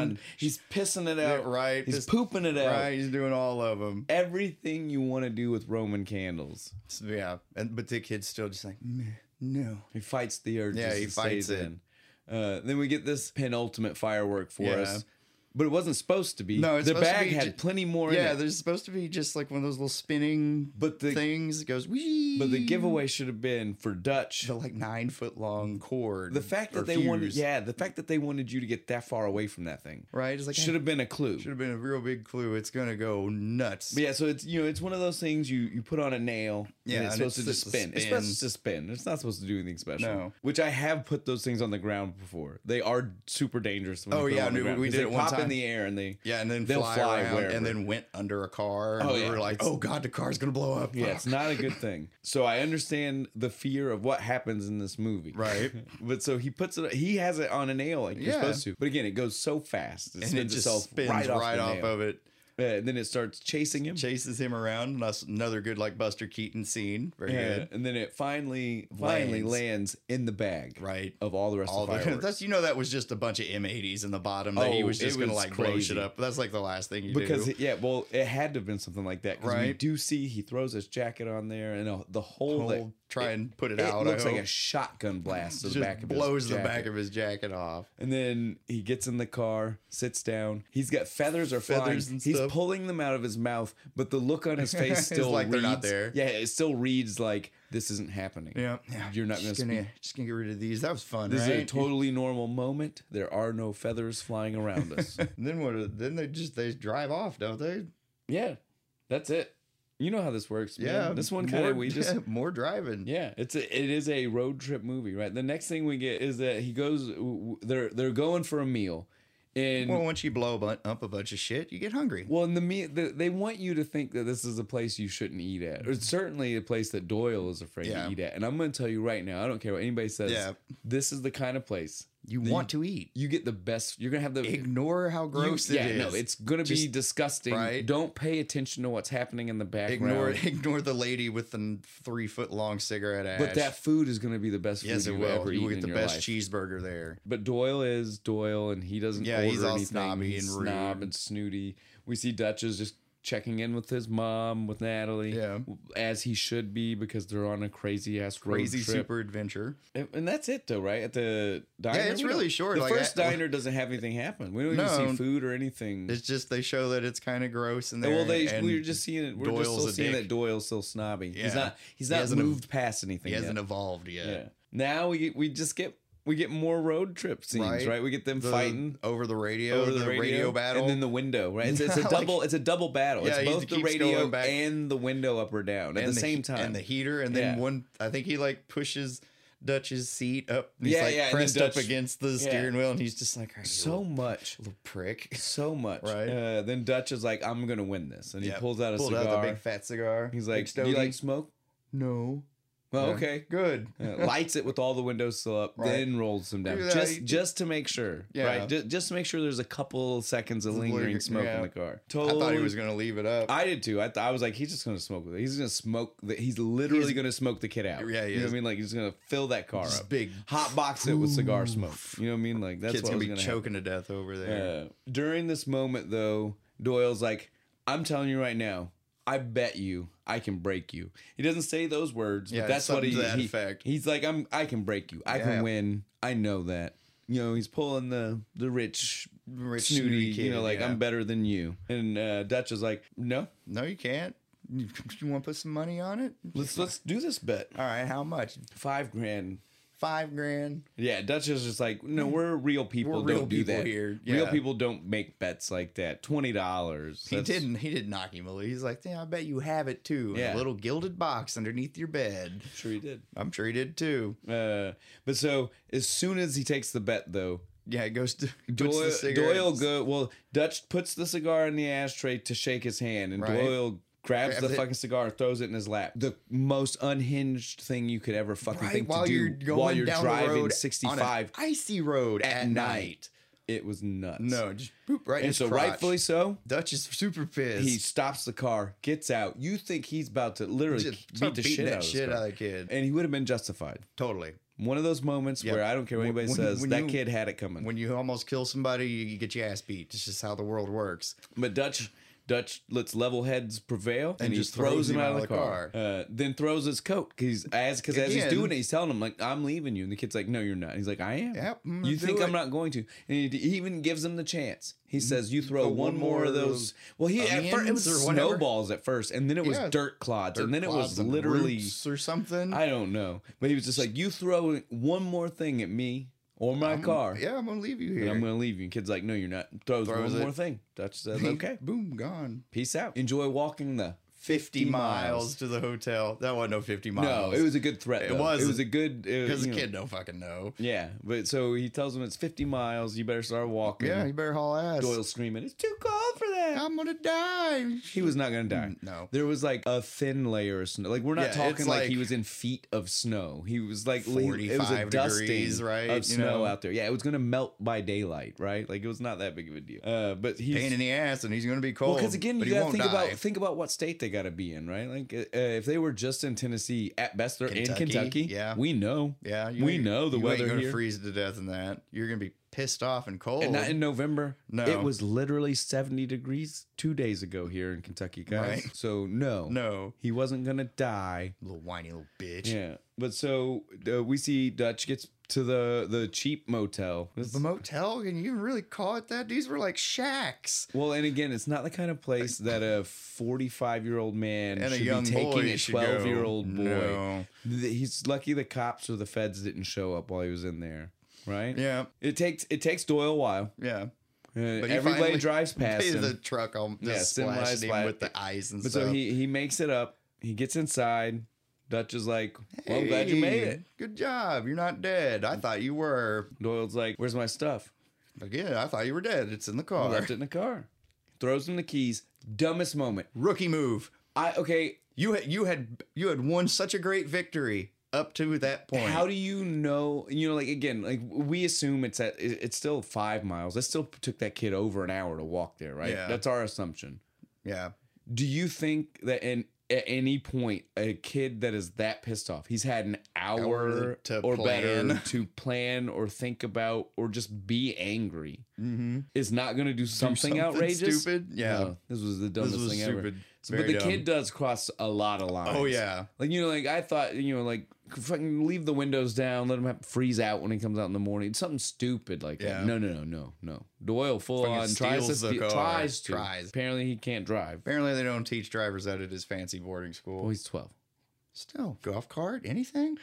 S1: wand. He's pissing it
S2: Yeah,
S1: out.
S2: right,
S1: He's
S2: Just-
S1: pooping it out.
S2: right. He's doing all of them.
S1: Everything you want to do with Roman candles.
S2: So, yeah, and but the kid's still just like, "Meh, no.
S1: He fights the urge.
S2: Yeah,
S1: as
S2: he
S1: stays
S2: fights it.
S1: in. Uh, then we get this penultimate firework for
S2: Yeah.
S1: us. But it wasn't supposed to be.
S2: No, it's
S1: the
S2: supposed to
S1: bag
S2: be
S1: had
S2: ju-
S1: plenty more
S2: Yeah,
S1: in it.
S2: there's supposed to be just like one of those little spinning
S1: But the
S2: things. It goes. Wee!
S1: but the giveaway should have been for Dutch.
S2: the like nine foot long cord.
S1: The fact
S2: or
S1: that they wanted
S2: fuse,
S1: yeah, the fact that they wanted you to get that far away from that thing
S2: right. It's like
S1: should have been a clue.
S2: should have been a real big clue. It's gonna go nuts.
S1: But yeah, so it's you know it's one of those things you you put on a nail.
S2: Yeah,
S1: and it's
S2: and
S1: supposed
S2: it's
S1: to just
S2: just a
S1: spin. It's
S2: spin.
S1: supposed to spin. It's not supposed to do anything special.
S2: No.
S1: Which I have put those things on the ground before. They are super dangerous. When you
S2: Oh,
S1: put them
S2: yeah,
S1: on the
S2: no,
S1: ground,
S2: we
S1: 'cause
S2: did
S1: they
S2: it one
S1: pop
S2: time.
S1: in the air and they.
S2: Yeah, and then
S1: They'll
S2: fly,
S1: fly
S2: around,
S1: wherever.
S2: and then went under a car. And
S1: Oh,
S2: we
S1: yeah.
S2: were like, "Oh God, the car's gonna blow up!"
S1: Yeah, it's
S2: Fuck.
S1: not a good thing. So I understand the fear of what happens in this movie.
S2: right.
S1: But so he puts it. He has it on a nail like you're
S2: Yeah.
S1: supposed to. But again, it goes so fast. It
S2: and it just spins right, off,
S1: the nail.
S2: of it.
S1: Uh, and then it starts chasing him.
S2: Chases him around, and that's another good like Buster Keaton scene. Very
S1: Yeah,
S2: good.
S1: and then it finally finally lands,
S2: Lands.
S1: in the bag
S2: Right.
S1: of all the rest
S2: All
S1: of the
S2: the,
S1: fireworks.
S2: that's you know that was just a bunch of M80s in the bottom that he
S1: Oh,
S2: was
S1: it
S2: just gonna
S1: was
S2: like blow shit
S1: crazy.
S2: up. That's like the last thing you
S1: because
S2: do.
S1: it- yeah, well, it had to have been something like that. 'cause We
S2: Right.
S1: do see he throws his jacket on there, and uh, the whole,
S2: He'll
S1: like,
S2: try and put it,
S1: it
S2: out.
S1: looks
S2: I
S1: like
S2: hope.
S1: a shotgun blast to the
S2: just
S1: back of
S2: blows
S1: his
S2: the
S1: jacket.
S2: back of his jacket off.
S1: And then he gets in the car, sits down. He's got feathers are
S2: Feathers
S1: flying.
S2: and
S1: He's
S2: stuff.
S1: pulling them out of his mouth, but the look on his face
S2: It's
S1: still
S2: like
S1: reads,
S2: they're not there.
S1: Yeah, it still reads like this isn't happening.
S2: Yeah, yeah.
S1: You're not
S2: just
S1: gonna
S2: gonna just gonna get rid of these. That was fun,
S1: This
S2: right?
S1: is a totally normal moment. There are no feathers flying around us.
S2: And then what? Then they just they drive off, don't they?
S1: yeah, that's it. You know how this works. man.
S2: Yeah.
S1: this one kind
S2: more-
S1: of we just
S2: more driving.
S1: Yeah, it's a, it is a road trip movie, right? The next thing we get is that he goes. w- w- They're they're going for a meal, and
S2: Well,
S1: well,
S2: once you blow a bun- up a bunch of shit, you get hungry.
S1: and the meal the, they want you to think that this is a place you shouldn't eat at, or it's certainly a place that Doyle is afraid
S2: Yeah.
S1: to eat at. And I'm going to tell you right now, I don't care what anybody says.
S2: Yeah.
S1: this is the kind of place
S2: You want to eat.
S1: you get the best. You're gonna have the
S2: Ignore how
S1: you-
S2: gross
S1: yeah,
S2: it is.
S1: no, it's gonna be
S2: Just-
S1: disgusting.
S2: right?
S1: Don't pay attention to what's happening in the background.
S2: ignore ignore the lady with the three foot long cigarette ash.
S1: But that food is gonna be the best
S2: yes,
S1: food
S2: it
S1: you've
S2: will.
S1: ever
S2: You
S1: eaten
S2: get
S1: in
S2: the
S1: your
S2: best
S1: life.
S2: cheeseburger there.
S1: But Doyle is Doyle, and he doesn't.
S2: Yeah, he's
S1: order
S2: all
S1: anything.
S2: snobby
S1: He's
S2: and rude.
S1: snob and snooty. We see Dutch is just checking in with his mom, with Natalie,
S2: Yeah.
S1: as he should be because they're on a crazy ass road
S2: Crazy
S1: trip.
S2: super adventure.
S1: And- And that's it, though, right? At the diner,
S2: it's
S1: we don't-
S2: really short,
S1: The
S2: like,
S1: first
S2: I-
S1: diner doesn't have anything happen. We don't even
S2: No.
S1: see food or anything.
S2: It's just they show that it's kind of gross and there.
S1: well, they
S2: and
S1: we were just seeing it. We're
S2: Doyle's
S1: just still
S2: a
S1: seeing
S2: dick.
S1: that Doyle's still snobby.
S2: Yeah.
S1: He's not. He's
S2: He
S1: not
S2: hasn't ev-
S1: moved past anything.
S2: he hasn't
S1: yet.
S2: evolved yet.
S1: yeah. Now we we just get we get more road trip scenes,
S2: Right.
S1: right? We get them
S2: The-
S1: fighting.
S2: over the radio, the, radio, battle,
S5: and
S1: and then the window right it's, it's a
S2: Like-
S1: double it's a double battle
S2: Yeah,
S1: it's
S2: he
S1: both the
S2: keeps
S1: radio
S2: going back.
S1: and the window up or down at the,
S2: and
S1: same
S2: he-
S1: time
S2: and the heater, and then
S1: Yeah.
S2: one. I think he like pushes Dutch's seat up. and He's
S1: Yeah,
S2: like
S1: yeah, and then
S2: pressed up
S1: Dutch-
S2: against the steering wheel, and he's just like, "All right, you
S1: so
S2: little,
S1: much
S2: little prick.
S1: so much
S2: Right.
S1: uh, then dutch is like i'm gonna win this and
S2: Yeah,
S1: he pulls out a
S2: Pulled
S1: cigar
S2: out the big fat cigar.
S1: he's
S2: Big
S1: like do you
S2: stogie.
S1: like smoke
S2: no?
S1: well
S2: Yeah.
S1: okay
S2: good.
S1: Uh, lights it with all the windows still up
S2: Right.
S1: then rolls them down
S2: Look at that,
S1: just
S2: he-
S1: just to make sure
S2: Yeah.
S1: right just, just to make sure there's a couple seconds of
S2: Linger-
S1: lingering smoke
S2: yeah.
S1: in the car
S2: I
S1: totally
S2: thought he was gonna leave it up.
S1: I did too. I, th- I was like, he's just gonna smoke with it. He's gonna smoke. The- he's literally gonna smoke the kid out.
S2: Yeah, he
S1: you know what
S2: is.
S1: I mean. Like he's gonna fill that car
S2: Just
S1: up,
S2: big
S1: hot box it with cigar smoke. You know what I mean? Like that's
S2: Kid's
S1: what
S2: gonna
S1: was
S2: be
S1: gonna happen.
S2: choking to death over there.
S1: Uh, during this moment, though, Doyle's like, "I'm telling you right now, I bet you I can break you." He doesn't say those words,
S2: Yeah,
S1: but that's what
S2: something
S1: he,
S2: to that
S1: he-
S2: effect.
S1: he's like, "I'm I can break you. I
S2: Yeah.
S1: can win. I know that." You know, he's pulling the the rich,
S2: Rich
S1: snooty.
S2: snooty
S1: you
S2: kid,
S1: know, like
S2: yeah.
S1: I'm better than you. And uh, Dutch is like, "No,
S2: No, you can't. You, you want to put some money on it?
S1: Let's let's do this bet.
S2: All right, how much?
S1: Five grand.
S2: Five grand.
S1: Yeah, Dutch is just like, no, we're real people.
S2: We're real
S1: don't do
S2: people
S1: that.
S2: here,
S1: Real
S2: yeah.
S1: people don't make bets like that. Twenty dollars.
S2: He didn't. He did knock him a little. He's like, "Yeah, I bet you have it too. in
S1: Yeah.
S2: A little gilded box underneath your bed.
S1: Sure, he did.
S2: I'm sure he did too.
S1: Uh, but so as soon as he takes the bet, though,
S2: Yeah, it goes to puts the
S1: Doyle,
S2: cigarettes-
S1: Doyle go. Well, Dutch puts the cigar in the ashtray to shake his hand, and
S2: Right.
S1: Doyle. Grabs
S2: Grabs
S1: the
S2: it.
S1: fucking cigar, and throws it in his lap. The most unhinged thing you could ever fucking
S2: right
S1: think
S2: while
S1: to do
S2: you're going
S1: while you're
S2: down
S1: driving
S2: the road on
S1: 65.
S2: an icy road at,
S1: at
S2: night.
S1: night. It was nuts.
S2: No, just boop right. in
S1: and
S2: his
S1: so
S2: crotch.
S1: rightfully so,
S2: Dutch is super pissed.
S1: he stops the car, gets out. You think he's about to literally
S2: Just
S1: beat
S2: start
S1: the
S2: beating
S1: shit
S2: that
S1: out of
S2: shit
S1: shit
S2: out of the kid.
S1: and he would have been justified.
S2: totally.
S1: One of those moments
S2: Yep.
S1: where I don't care what
S2: When-
S1: anybody
S2: when-
S1: says,
S2: when
S1: that
S2: you-
S1: kid had it coming.
S2: When you almost kill somebody, you, you get your ass beat. It's just how the world works.
S1: but Dutch Dutch lets level heads prevail, and, he
S2: just
S1: throws, him out of the car.
S2: car.
S1: Uh, then throws his coat because as because as he's
S2: Again.
S1: doing it, he's telling him like, "I'm leaving you," and the kid's like, "No, you're not." And he's like, "I am."
S2: Yep, I'm gonna
S1: you
S2: do
S1: think
S2: it. Mm-hmm.
S1: I'm not going to? And he, he even gives him the chance. He says, "You throw
S2: Throw
S1: one, more of those." Well, he at first it was
S2: onions or whatever.
S1: snowballs at first, and then it was
S2: Yeah.
S1: dirt clods,
S2: Dirt
S1: and then it
S2: clods
S1: was
S2: and
S1: literally.
S2: roots or something.
S1: I don't know. But he was just like, you throw one more thing at me or my car,
S2: yeah, I'm gonna leave you
S1: and
S2: here.
S1: I'm going to leave you. And kid's like, no, you're not. Throws,
S2: Throws
S1: one
S2: it.
S1: more thing. Dutch says, okay,
S2: Boom, gone.
S1: peace out. Enjoy walking the
S6: 50 miles to the hotel. That wasn't no 50 miles.
S1: No, it was a good threat.
S6: It
S1: though.
S6: was.
S1: It was a good. it-
S6: because the
S1: you know,
S6: kid don't fucking know.
S1: Yeah, but so he tells him it's 50 miles. You better start walking.
S2: Yeah, you better haul ass.
S1: Doyle screaming, "It's too cold for that."
S2: I'm gonna die.
S1: He was not going to die.
S2: No.
S1: There was like a thin layer of snow. Like we're not
S6: Yeah,
S1: talking
S6: it's
S1: like,
S6: like
S1: he was in feet of snow. He was like le- it was a
S6: 45
S1: dusting
S6: degrees, right?
S1: of
S6: You
S1: snow
S6: know?
S1: out there. Yeah, it was going to melt by daylight, right? Like it was not that big of a deal. Uh, but he's
S2: Pain in the ass, and he's gonna be cold.
S1: well, because again,
S2: but
S1: you
S2: he
S1: gotta
S2: won't
S1: think
S2: die.
S1: about think about what state they gotta be in, right? Like, uh, if they were just in Tennessee, at best they're in
S6: Kentucky,
S1: Kentucky.
S6: yeah.
S1: we know,
S2: Yeah,
S1: we know the
S2: you
S1: weather
S2: ain't gonna
S1: here.
S2: freeze to death in that. You're gonna be pissed off and cold.
S1: and not in November.
S2: Oh. No.
S1: it was literally seventy degrees two days ago here in Kentucky, guys.
S2: Right.
S1: So no,
S2: no,
S1: he wasn't gonna die.
S2: little whiny little bitch.
S1: Yeah, but so uh, we see Dutch gets to the the cheap motel. This-
S2: The motel, can you really call it that? These were like shacks.
S1: well, and again, it's not the kind of place that a forty five year old man
S2: And
S1: should
S2: a young
S1: be taking
S2: boy
S1: a
S2: should go.
S1: twelve year old boy.
S2: No.
S1: Th- He's lucky the cops or the feds didn't show up while he was in there, right?
S2: Yeah,
S1: It takes it takes Doyle a while.
S2: yeah.
S1: But
S2: But he
S1: Every
S2: finally-
S1: lay drives past him.
S2: the truck, I'll
S1: Yeah,
S2: just
S1: send my
S2: splash
S1: slide-
S2: him with the eyes and
S1: But
S2: stuff.
S1: so he he makes it up. He gets inside. Dutch is like, "Well, I'm glad you made
S2: Hey,
S1: it."
S2: Good job. You're not dead. I thought you were.
S1: Doyle's like, "Where's my stuff?"
S2: Again, I thought you were dead. It's in the
S1: I
S2: car.
S1: left it in the car. Throws him the keys. Dumbest moment.
S2: Rookie move.
S1: I okay.
S2: You had you had you had won such a great victory up to that point.
S1: How do you know? You know, like again, like we assume it's at it- it's still five miles. That still took that kid over an hour to walk there, right?
S2: Yeah.
S1: That's our assumption.
S2: yeah.
S1: Do you think that in at any point a kid that is that pissed off, he's had an hour
S2: Hour to
S1: or better
S2: plan.
S1: to plan or think about or just be angry,
S2: Mm-hmm.
S1: is not going to do something, outrageous.
S2: Stupid. Yeah.
S1: No, this was the dumbest
S2: this was
S1: thing ever.
S2: stupid.
S1: So, but
S2: Very
S1: the
S2: dumb.
S1: kid does cross a lot of lines.
S2: Oh yeah.
S1: Like you know, like I thought, you know, like fucking leave the windows down, let him have, freeze out when he comes out in the morning. Something stupid like
S2: Yeah.
S1: that. No, no, no, no, no. Doyle full
S2: Fucking
S1: on tries to
S2: steals the
S1: steal-
S2: car.
S1: tries to.
S2: Tries.
S1: Apparently he can't drive.
S2: Apparently they don't teach drivers that at his fancy boarding school.
S1: Well, he's twelve.
S2: Still, golf cart, anything?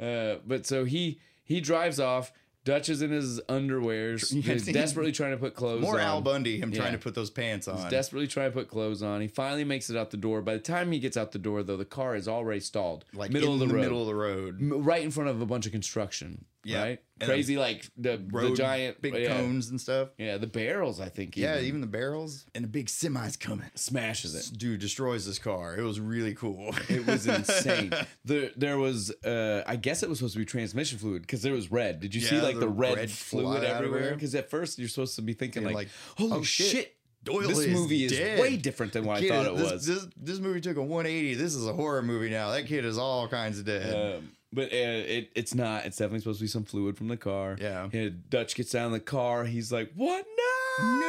S1: Uh, but so he he drives off. Dutch is in his underwears. He's desperately trying to put clothes on.
S2: More Al Bundy, him
S1: um, Yeah.
S2: trying to put those pants on.
S1: He's desperately trying to put clothes on. He finally makes it out the door. By the time he gets out the door, though, the car is already stalled.
S2: like
S1: middle
S2: in
S1: of the, road.
S2: middle of the road.
S1: M- right in front of a bunch of construction.
S2: Yeah.
S1: Right?
S2: And
S1: Crazy, like the, the
S2: Road,
S1: giant
S2: big
S1: yeah,
S2: cones and stuff.
S1: Yeah, the barrels, I think.
S2: Yeah, even the barrels and the big semis coming.
S1: smashes
S2: This
S1: it.
S2: dude destroys this car. It was really cool.
S1: It was insane. there, there was, uh, I guess it was supposed to be transmission fluid because there was red. Did you see
S2: Yeah,
S1: like the,
S2: the
S1: red,
S2: red
S1: fluid
S2: fly out
S1: everywhere?
S2: everywhere.
S1: Because at first you're supposed to be thinking
S2: You're
S1: like,
S2: like,
S1: "Holy
S2: oh,
S1: shit,
S2: shit, Doyle
S1: this
S2: is
S1: movie is
S2: dead."
S1: way different than what I
S2: Kid,
S1: thought it
S2: this,
S1: was."
S2: This, this movie took a 180. This is a horror movie now. That kid is all kinds of dead.
S1: Um, but uh, it, it's not. It's definitely supposed to be some fluid from the car.
S2: Yeah.
S1: Yeah, Dutch gets down in the car. He's like, "What? No!"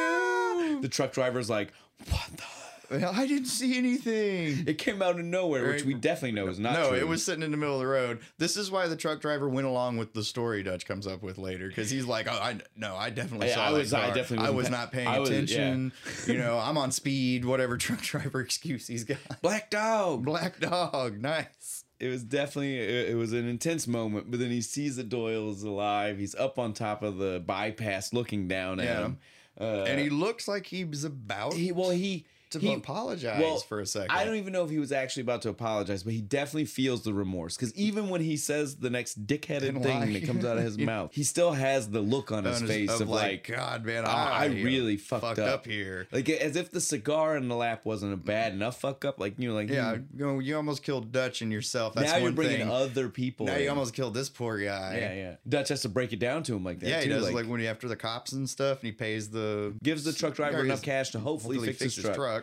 S2: no,
S1: The truck driver's like, "What the?"
S2: I didn't see anything.
S1: It came out of nowhere, which
S2: Right.
S1: we definitely know is not
S2: no,
S1: true.
S2: it was sitting in the middle of the road. This is why the truck driver went along with the story Dutch comes up with later because he's like, oh, I no, I definitely
S1: Yeah,
S2: saw.
S1: I
S2: that
S1: was- I
S2: car.
S1: definitely
S2: I
S1: wasn't
S2: was
S1: pay-
S2: not paying
S1: I was- yeah.
S2: attention. you know, I'm on speed. Whatever truck driver excuse he's got.
S1: Black Dog.
S2: Black dog, nice.
S1: It was definitely it, it was an intense moment. But then he sees that Doyle is alive. He's up on top of the bypass, looking down at
S2: Yeah.
S1: him. Uh,
S2: and he looks like he was about
S1: he well he
S2: to
S1: he,
S2: apologize
S1: well,
S2: for a second.
S1: I don't even know if he was actually about to apologize, but he definitely feels the remorse because even when he says the next dickheaded
S2: And
S1: thing
S2: why?
S1: that comes out of his mouth, he still has the look on his
S2: Bonus
S1: face of, like,
S2: God, man,
S1: "Ah,
S2: I,
S1: I really fucked up."
S2: here.
S1: like as if the cigar in the lap wasn't a bad enough fuck up. Like you know, like
S2: Yeah,
S1: you-
S2: you, know, you almost killed Dutch and yourself.
S1: Hmm.
S2: That's
S1: now you're
S2: one
S1: bringing
S2: thing.
S1: other people.
S2: now you
S1: in.
S2: almost killed this poor guy.
S1: yeah, yeah. Dutch has to break it down to him like that.
S2: Yeah, he
S1: too,
S2: does. Like, when he after the cops and stuff, and he pays the
S1: gives the truck driver
S2: Yeah, he
S1: enough
S2: just-
S1: cash to hopefully,
S2: hopefully
S1: fix his truck.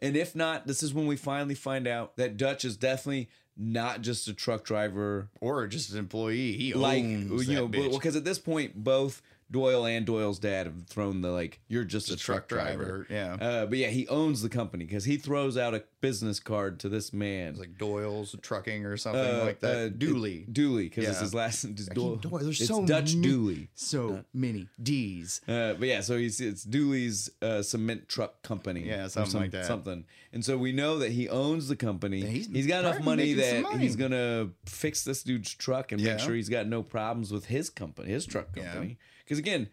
S1: And if not, this is when we finally find out that Dutch is definitely not just a truck driver.
S2: or just an employee. He
S1: Like
S2: owns
S1: you know,
S2: that bitch.
S1: because at this point, both Doyle and Doyle's dad have thrown the like, "You're just a truck,
S2: truck
S1: driver."
S2: driver. Yeah,
S1: Uh, but yeah, he owns the company because he throws out a business card to this man,
S2: it's like Doyle's trucking or something
S1: Uh,
S2: like
S1: uh,
S2: that. Dooley.
S1: Dooley, because it's
S2: Yeah.
S1: his last. It's Doyle.
S2: Doyle, there's
S1: it's
S2: so
S1: Dutch
S2: many-
S1: Dooley.
S2: so many D's.
S1: Uh, but yeah, so he's it's Dooley's uh, cement truck company,
S2: Yeah,
S1: or
S2: something like that.
S1: something. And so we know that he owns the company.
S2: he's
S1: he's got enough
S2: probably
S1: money
S2: making
S1: that
S2: some money.
S1: he's gonna fix this dude's truck and
S2: Yeah.
S1: make sure he's got no problems with his company, his truck company. Because again,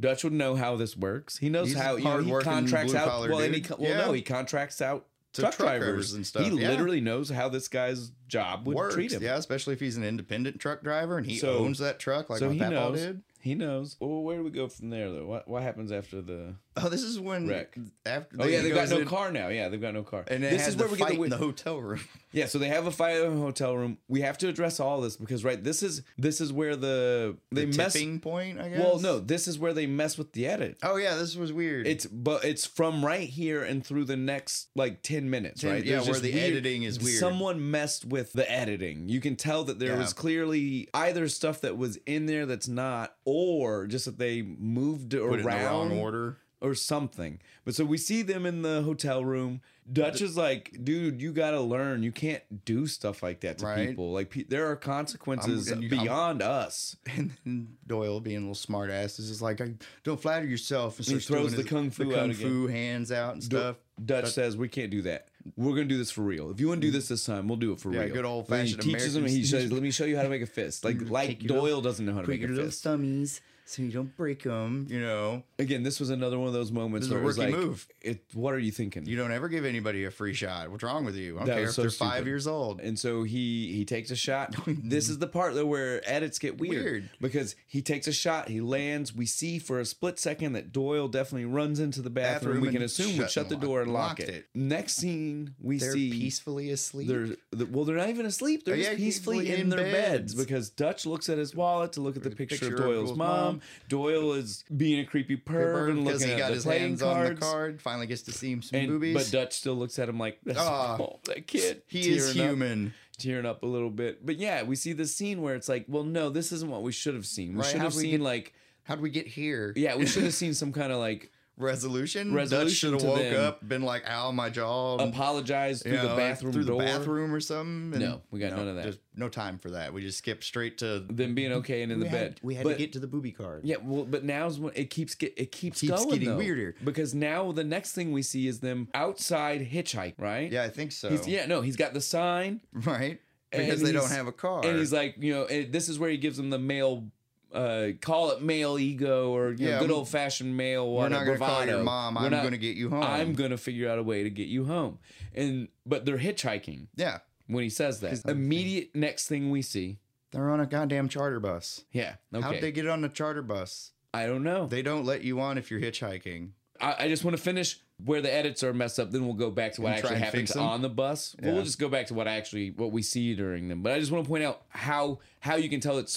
S1: Dutch would know how this works. He knows
S2: He's a
S1: how you know, he
S2: hardworking
S1: contracts out.
S2: blue-collar
S1: Well, and he,
S2: dude.
S1: co- well,
S2: Yeah.
S1: no, he contracts out
S2: to truck, drivers. and stuff.
S1: He
S2: yeah.
S1: literally knows how this guy's job would
S2: works.
S1: treat him.
S2: Yeah, especially if he's an independent truck driver and he
S1: So-
S2: owns that truck like
S1: so
S2: my
S1: he
S2: papaw
S1: knows.
S2: did.
S1: He knows. Well, where do we go from there though? What what happens after the?
S2: Oh, this is when
S1: Wreck.
S2: after
S1: Oh yeah,
S2: he
S1: they've got
S2: goes
S1: no
S2: in-
S1: car now. Yeah, they've got no car.
S2: And
S1: this is where we get the
S2: in
S1: wi-
S2: the hotel room.
S1: Yeah, so they have a fight in a hotel room. We have to address all this because right, this is this is where the they
S2: the
S1: mess.
S2: tipping point, I guess.
S1: Well, no, this is where they mess with the edit.
S2: Oh yeah, this was weird.
S1: It's but it's from right here and through the next like ten minutes,
S2: Ten-
S1: right?
S2: yeah,
S1: There's
S2: where
S1: just
S2: the editing is weird.
S1: Someone messed with the editing. You can tell that there
S2: Yeah.
S1: was clearly either stuff that was in there that's not, or just that they moved
S2: put it in the
S1: around
S2: wrong order.
S1: or something. But so we see them in the hotel room. Dutch is like, dude, you gotta learn. You can't do stuff like that to
S2: Right.
S1: people. Like pe- there are consequences
S2: and you- I'm-
S1: beyond us.
S2: And then Doyle, being a little smart ass, is just like, "I- "Don't flatter yourself." And,
S1: he
S2: starts
S1: throws
S2: doing
S1: the
S2: his-
S1: kung fu
S2: the
S1: out
S2: kung
S1: again.
S2: fu hands out and
S1: Du-
S2: stuff.
S1: Dutch says we can't do that. We're gonna do this for real. If you want to do this this time, we'll do it for
S2: Mm. Yeah,
S1: real.
S2: good old
S1: And He
S2: fashioned
S1: teaches him.
S2: American
S1: He says,
S2: student.
S1: "Let me show you how to make a fist." Like like
S2: take your little-
S1: Doyle doesn't know how to
S2: Put
S1: make a
S2: your little
S1: fist.
S2: stummies so you don't break them. You know,
S1: Again, this was another one of those moments
S2: This is a
S1: where it was
S2: rookie
S1: like,
S2: move.
S1: It, what are you thinking?
S2: you don't ever give anybody a free shot. What's wrong with you? I don't
S1: That
S2: care
S1: was
S2: if
S1: so
S2: they're five
S1: stupid.
S2: years old.
S1: And so he he takes a shot. this is the part though where edits get weird,
S2: Mm-hmm. Weird.
S1: because he takes a shot, he lands. We see for a split second that Doyle definitely runs into the bathroom.
S2: Bathroom
S1: we can
S2: and
S1: assume would shut
S2: shut-
S1: the door and lock
S2: locked
S1: it.
S2: it.
S1: Next scene, we
S2: They're
S1: see
S2: peacefully asleep.
S1: They're th- well, they're not even asleep. They're
S2: Oh,
S1: just
S2: yeah,
S1: peacefully in, their beds. because Dutch looks at his wallet to look at the picture, of Doyle's mom. Doyle is being a creepy perv and
S2: because
S1: looking
S2: he
S1: at
S2: got
S1: the
S2: his
S1: playing
S2: hands
S1: cards.
S2: on the card. Finally gets to see him some
S1: And,
S2: boobies.
S1: but Dutch still looks at him like, "That's
S2: Ah,
S1: oh, that kid.
S2: he is
S1: tearing up-
S2: human.
S1: tearing up a little bit. But yeah, we see this scene where it's like, well, no, this isn't what we should have seen. We
S2: Right,
S1: should
S2: how'd
S1: have
S2: we
S1: seen
S2: get-
S1: like,
S2: How'd we get here?
S1: yeah, we should have seen some kind of like
S2: resolution. Dutch
S1: Resolution
S2: should have
S1: to
S2: woke
S1: them.
S2: up, been like, "Ow, my jaw."
S1: apologize
S2: you
S1: through the
S2: know,
S1: bathrough
S2: Mm-hmm. through
S1: door.
S2: the bathroom or something. and-
S1: No, we got none of that.
S2: There's no time for that. We just skip straight to
S1: Them being okay and in
S2: we
S1: the
S2: had,
S1: bed.
S2: We had
S1: But-
S2: to get to the booby card.
S1: Yeah, well, but now's when it keeps get it keeps,
S2: Keeps
S1: going,
S2: getting
S1: though,
S2: weirder.
S1: because now the next thing we see is them outside hitchhike, right?
S2: yeah, I think so.
S1: He's, yeah, no, he's got the sign,
S2: right.
S1: And
S2: Because they don't
S1: he's-
S2: have a car.
S1: and he's like, you know, and this is where he gives them the male, uh, call it male ego or you know,
S2: Yeah,
S1: good
S2: I'm-
S1: old fashioned male.
S2: "We're not
S1: going
S2: gonna
S1: to
S2: call your mom. I'm going to get you home."
S1: I'm gonna figure out a way to get you home, and but they're hitchhiking
S2: yeah,
S1: when he says that. Immediate next thing we see,
S2: they're on a goddamn charter bus.
S1: yeah,
S2: How'd they
S1: okay,
S2: get on a charter bus?
S1: I don't know.
S2: They don't let you on if you're hitchhiking.
S1: I, I just want to finish where the edits are messed up. Then we'll go back to what
S2: And try
S1: actually
S2: and
S1: happens
S2: fix 'em?
S1: on the bus. Well,
S2: Yeah.
S1: we'll just go back to what actually what we see during them. But I just want to point out how how you can tell it's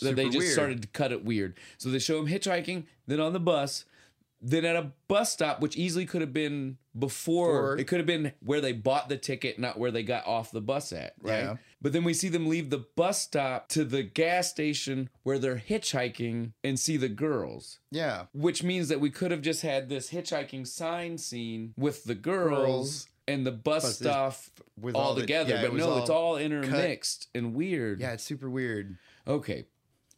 S1: that they
S2: Super
S1: just
S2: weird.
S1: started to cut it weird. So they show him hitchhiking, then on the bus, then at a bus stop, which easily could have been before.
S2: Before.
S1: It could have been where they bought the ticket, not where they got off the bus at. Right.
S2: Yeah.
S1: But then we see them leave the bus stop to the gas station where they're hitchhiking and see the girls
S2: Yeah,
S1: which means that we could have just had this hitchhiking sign scene with the girls,
S2: Girls.
S1: and the bus,
S2: Bus is
S1: stuff
S2: with
S1: all
S2: all the-
S1: together.
S2: yeah, it
S1: but
S2: was
S1: no,
S2: all
S1: it's all intermixed and weird.
S2: yeah, it's super weird.
S1: Okay.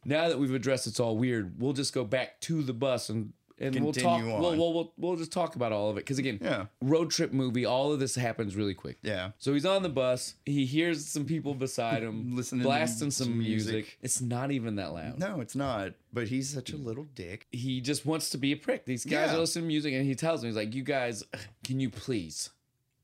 S1: Now that we've addressed it's all weird, we'll just go back to the bus and and we'll talk.
S2: Continue
S1: We'll,
S2: on.
S1: we'll we'll we'll just talk about all of it because again,
S2: Yeah.
S1: road trip movie. All of this happens really quick.
S2: Yeah,
S1: So he's on the bus. He hears some people beside him
S2: Listening to
S1: blasting some,
S2: some
S1: music.
S2: music.
S1: It's not even that loud.
S2: no, it's not. But he's such a little dick.
S1: he just wants to be a prick. These guys
S2: Yeah.
S1: are listening to music, and he tells me, he's like, "You guys, can you please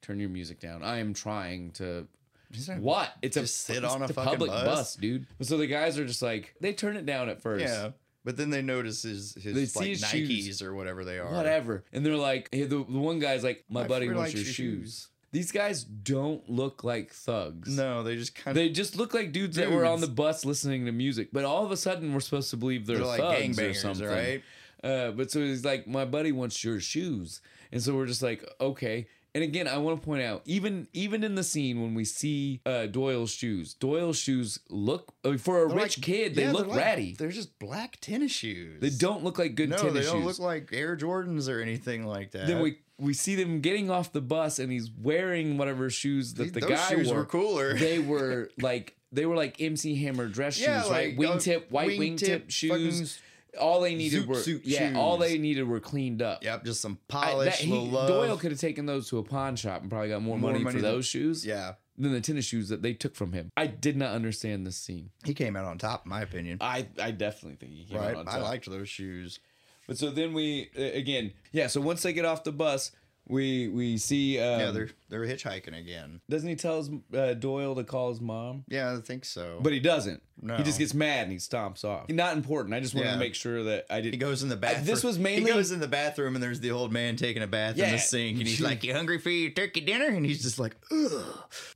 S1: turn your music down? I am trying to."
S2: He's not-
S1: What? It's a
S2: Just sit
S1: it's
S2: on a
S1: the
S2: fucking
S1: public
S2: bus?
S1: dude. So the guys are just like, they turn it down at first.
S2: Yeah, but then they notice his
S1: They
S2: his
S1: see
S2: like
S1: his
S2: Nikes
S1: shoes.
S2: or whatever they are.
S1: Whatever. And they're like, hey, the, the one guy's like, my,
S2: My
S1: buddy
S2: friend
S1: wants
S2: likes
S1: your
S2: your
S1: shoes.
S2: shoes.
S1: These guys don't look like thugs.
S2: No, they just kind of
S1: They just look like dudes, that were on the
S2: Dudes.
S1: bus listening to music, but all of a sudden we're supposed to believe they're,
S2: they're like
S1: thugs or
S2: gangbangers,
S1: something.
S2: right?
S1: Uh, but so he's like, my buddy wants your shoes, and so we're just like, okay. And again, I want to point out, even even in the scene when we see uh, Doyle's shoes, Doyle's shoes look I mean, for a
S2: They're
S1: rich
S2: like-
S1: kid, they
S2: yeah,
S1: look
S2: they're like-
S1: ratty.
S2: They're just black tennis shoes.
S1: They don't look like good
S2: No,
S1: tennis
S2: they don't
S1: shoes.
S2: look like Air Jordans or anything like that.
S1: then we we see them getting off the bus, and he's wearing whatever shoes that the
S2: Those
S1: guy
S2: shoes
S1: wore.
S2: were cooler.
S1: They were like they were like MC Hammer dress shoes,
S2: Yeah,
S1: right?
S2: like, uh,
S1: Wingtip, white wingtip,
S2: wingtip
S1: shoes. All they needed
S2: zoot
S1: were
S2: suit
S1: yeah, all
S2: shoes.
S1: they needed were cleaned up.
S2: yep, just some
S1: I- that-
S2: polish,
S1: he-
S2: little love.
S1: Doyle could have taken those to a pawn shop and probably got more,
S2: More
S1: money,
S2: money
S1: for
S2: than-
S1: those shoes
S2: yeah,
S1: than the tennis shoes that they took from him. I did not understand this scene.
S2: he came out on top, in my opinion.
S1: I, I definitely think he came
S2: right,
S1: out on
S2: I
S1: top.
S2: liked those shoes.
S1: but so then we uh, again, yeah. So once they get off the bus, we we see. Um,
S2: yeah, they're they're hitchhiking again.
S1: doesn't he tell his, uh, Doyle to call his mom?
S2: Yeah, I think so.
S1: But he doesn't.
S2: No.
S1: He just gets mad and he stomps off. Not important. I just wanted
S2: Yeah.
S1: to make sure that I
S2: he
S1: didn't.
S2: goes in the bathroom.
S1: uh, this was mainly-
S2: he goes in the bathroom and there's the old man taking a bath in
S1: Yeah.
S2: the sink and he's like, "You hungry for your turkey dinner?" And he's just like, "Ugh."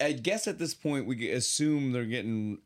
S1: I guess at this point we assume they're getting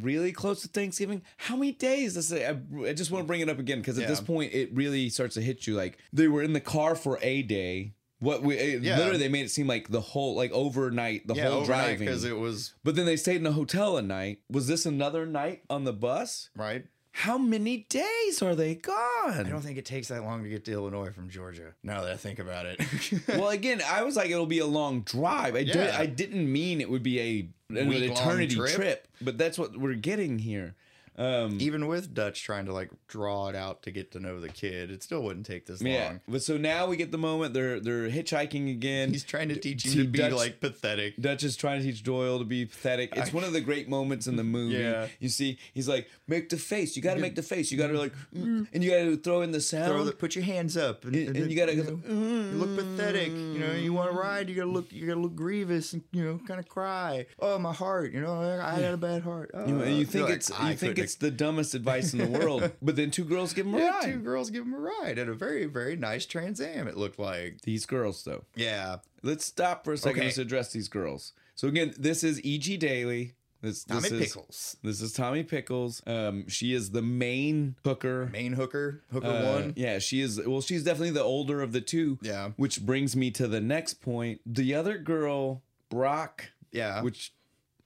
S1: really close to Thanksgiving. How many days? This I, I just want to bring it up again because at this
S2: Yeah.
S1: point it really starts to hit you. Like they were in the car for a day. What we it-
S2: Yeah.
S1: literally they made it seem like the whole like overnight the
S2: Yeah,
S1: whole
S2: overnight
S1: driving.
S2: because it was
S1: but then they stayed in a hotel a night. Was this another night on the bus?
S2: right.
S1: How many days are they gone?
S2: I don't think it takes that long to get to Illinois from Georgia. Now that I think about it,
S1: well, again, I was like, it'll be a long drive. I did,
S2: Yeah.
S1: I didn't mean it would be a an
S2: Week-long
S1: eternity trip.
S2: trip.
S1: but that's what we're getting here. Um,
S2: even with Dutch trying to like draw it out to get to know the kid, it still wouldn't take this
S1: yeah,
S2: long.
S1: but so now we get the moment they're they're hitchhiking again.
S2: He's trying to teach him
S1: See,
S2: to be
S1: Dutch-
S2: like pathetic.
S1: Dutch is trying to teach Doyle to be pathetic. It's one of the great moments in the movie.
S2: Yeah.
S1: You see, he's like, make the face. You got to make the face. You got to like, "Mm," and you got to throw in the sound.
S2: Throw the, put your hands up, and,
S1: and you gotta go, Mm.
S2: know, you look pathetic. You know, you want to ride, you gotta look, you gotta look grievous, and you know, kind of cry. Oh, my heart. You know, I I had a bad heart. Oh.
S1: You know, and you think
S2: Like,
S1: it's you
S2: I
S1: think
S2: couldn't
S1: it's the dumbest advice in the world, but then two girls give him a
S2: Yeah,
S1: ride.
S2: two girls give him a ride at a very, very nice Trans Am. It looked like.
S1: These girls, though.
S2: Yeah,
S1: Let's stop for a second.
S2: Okay.
S1: Let's address these girls. So again, this is E.G. Daily. This, this
S2: Tommy
S1: is
S2: Pickles,
S1: this is Tommy Pickles. Um, she is the main hooker.
S2: main hooker, hooker
S1: Uh,
S2: one.
S1: Yeah, she is. Well, she's definitely the older of the two.
S2: Yeah,
S1: Which brings me to the next point. The other girl, Brock,
S2: yeah.
S1: which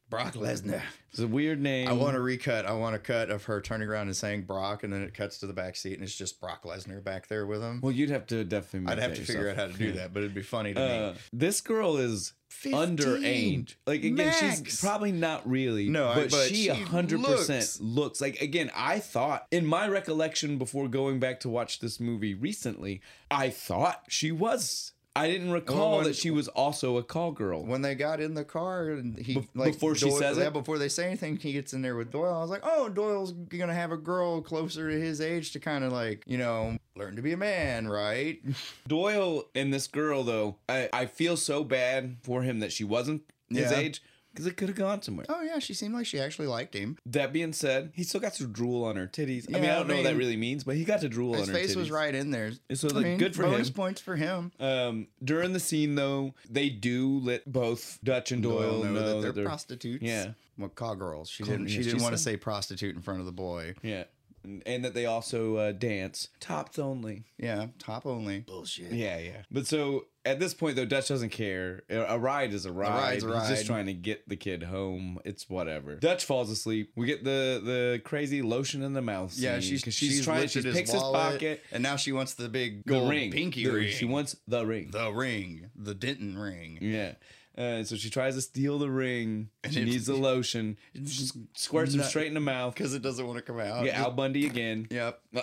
S2: Brock Lesnar.
S1: is a weird name.
S2: I want a recut. I want a cut of her turning around and saying Brock, and then it cuts to the back seat, and it's just Brock Lesnar back there with him.
S1: Well, you'd have to definitely.
S2: I'd
S1: make
S2: have
S1: that
S2: to figure out
S1: yourself.
S2: how to do that, but it'd be funny to me.
S1: Uh, this girl is
S2: 15,
S1: Uh, underage. Like again, she's
S2: max.
S1: probably not really.
S2: No, I-
S1: but,
S2: but
S1: she
S2: she
S1: hundred percent
S2: looks-
S1: looks like again. I thought in my recollection before going back to watch this movie recently, I thought she was. I didn't recall
S2: when-
S1: that she was also a call girl.
S2: when they got in the car and he like
S1: before she
S2: Doyle-
S1: says
S2: yeah,
S1: it?
S2: before they say anything he gets in there with Doyle I was like oh Doyle's gonna have a girl closer to his age to kind of like you know learn to be a man right
S1: Doyle and this girl though, I, I feel so bad for him that she wasn't his
S2: Yeah.
S1: age because it could have gone somewhere.
S2: oh yeah she seemed like she actually liked him
S1: That being said, he still got to drool on her titties. I mean, I
S2: Yeah, I
S1: don't know what that
S2: mean,
S1: really means, but he got to drool on
S2: his
S1: her
S2: face
S1: titties.
S2: was right in there
S1: So, like, good for
S2: bonus
S1: him.
S2: points for him
S1: Um, during the scene, though, they do let both Dutch and Doyle, know, that they're,
S2: prostitutes
S1: Yeah.
S2: well cowgirls she
S1: Call-
S2: didn't
S1: yeah,
S2: she
S1: she
S2: didn't want to
S1: said-
S2: say prostitute in front of the boy
S1: yeah, and, and that they also uh, dance tops only.
S2: yeah top only bullshit
S1: Yeah, yeah. But so at this point, though, Dutch doesn't care. A a ride is a ride.
S2: ride's a
S1: He's just
S2: ride.
S1: trying to get the kid home. It's whatever. Dutch falls asleep. We get the the crazy lotion in the mouth.
S2: Yeah,
S1: scene,
S2: she's
S1: 'cause she's, trying. She
S2: lifted
S1: picks his
S2: wallet,
S1: pocket.
S2: and now she wants the big
S1: The
S2: gold
S1: ring,
S2: pinky
S1: The-
S2: ring.
S1: She wants the ring.
S2: the ring, the Denton ring.
S1: yeah. Uh, so she tries to steal the ring. She
S2: it-
S1: needs the lotion. She squirts him
S2: not-
S1: straight in the mouth.
S2: Because it doesn't want to come out.
S1: Yeah, Al Bundy again.
S2: Yep.
S1: Uh,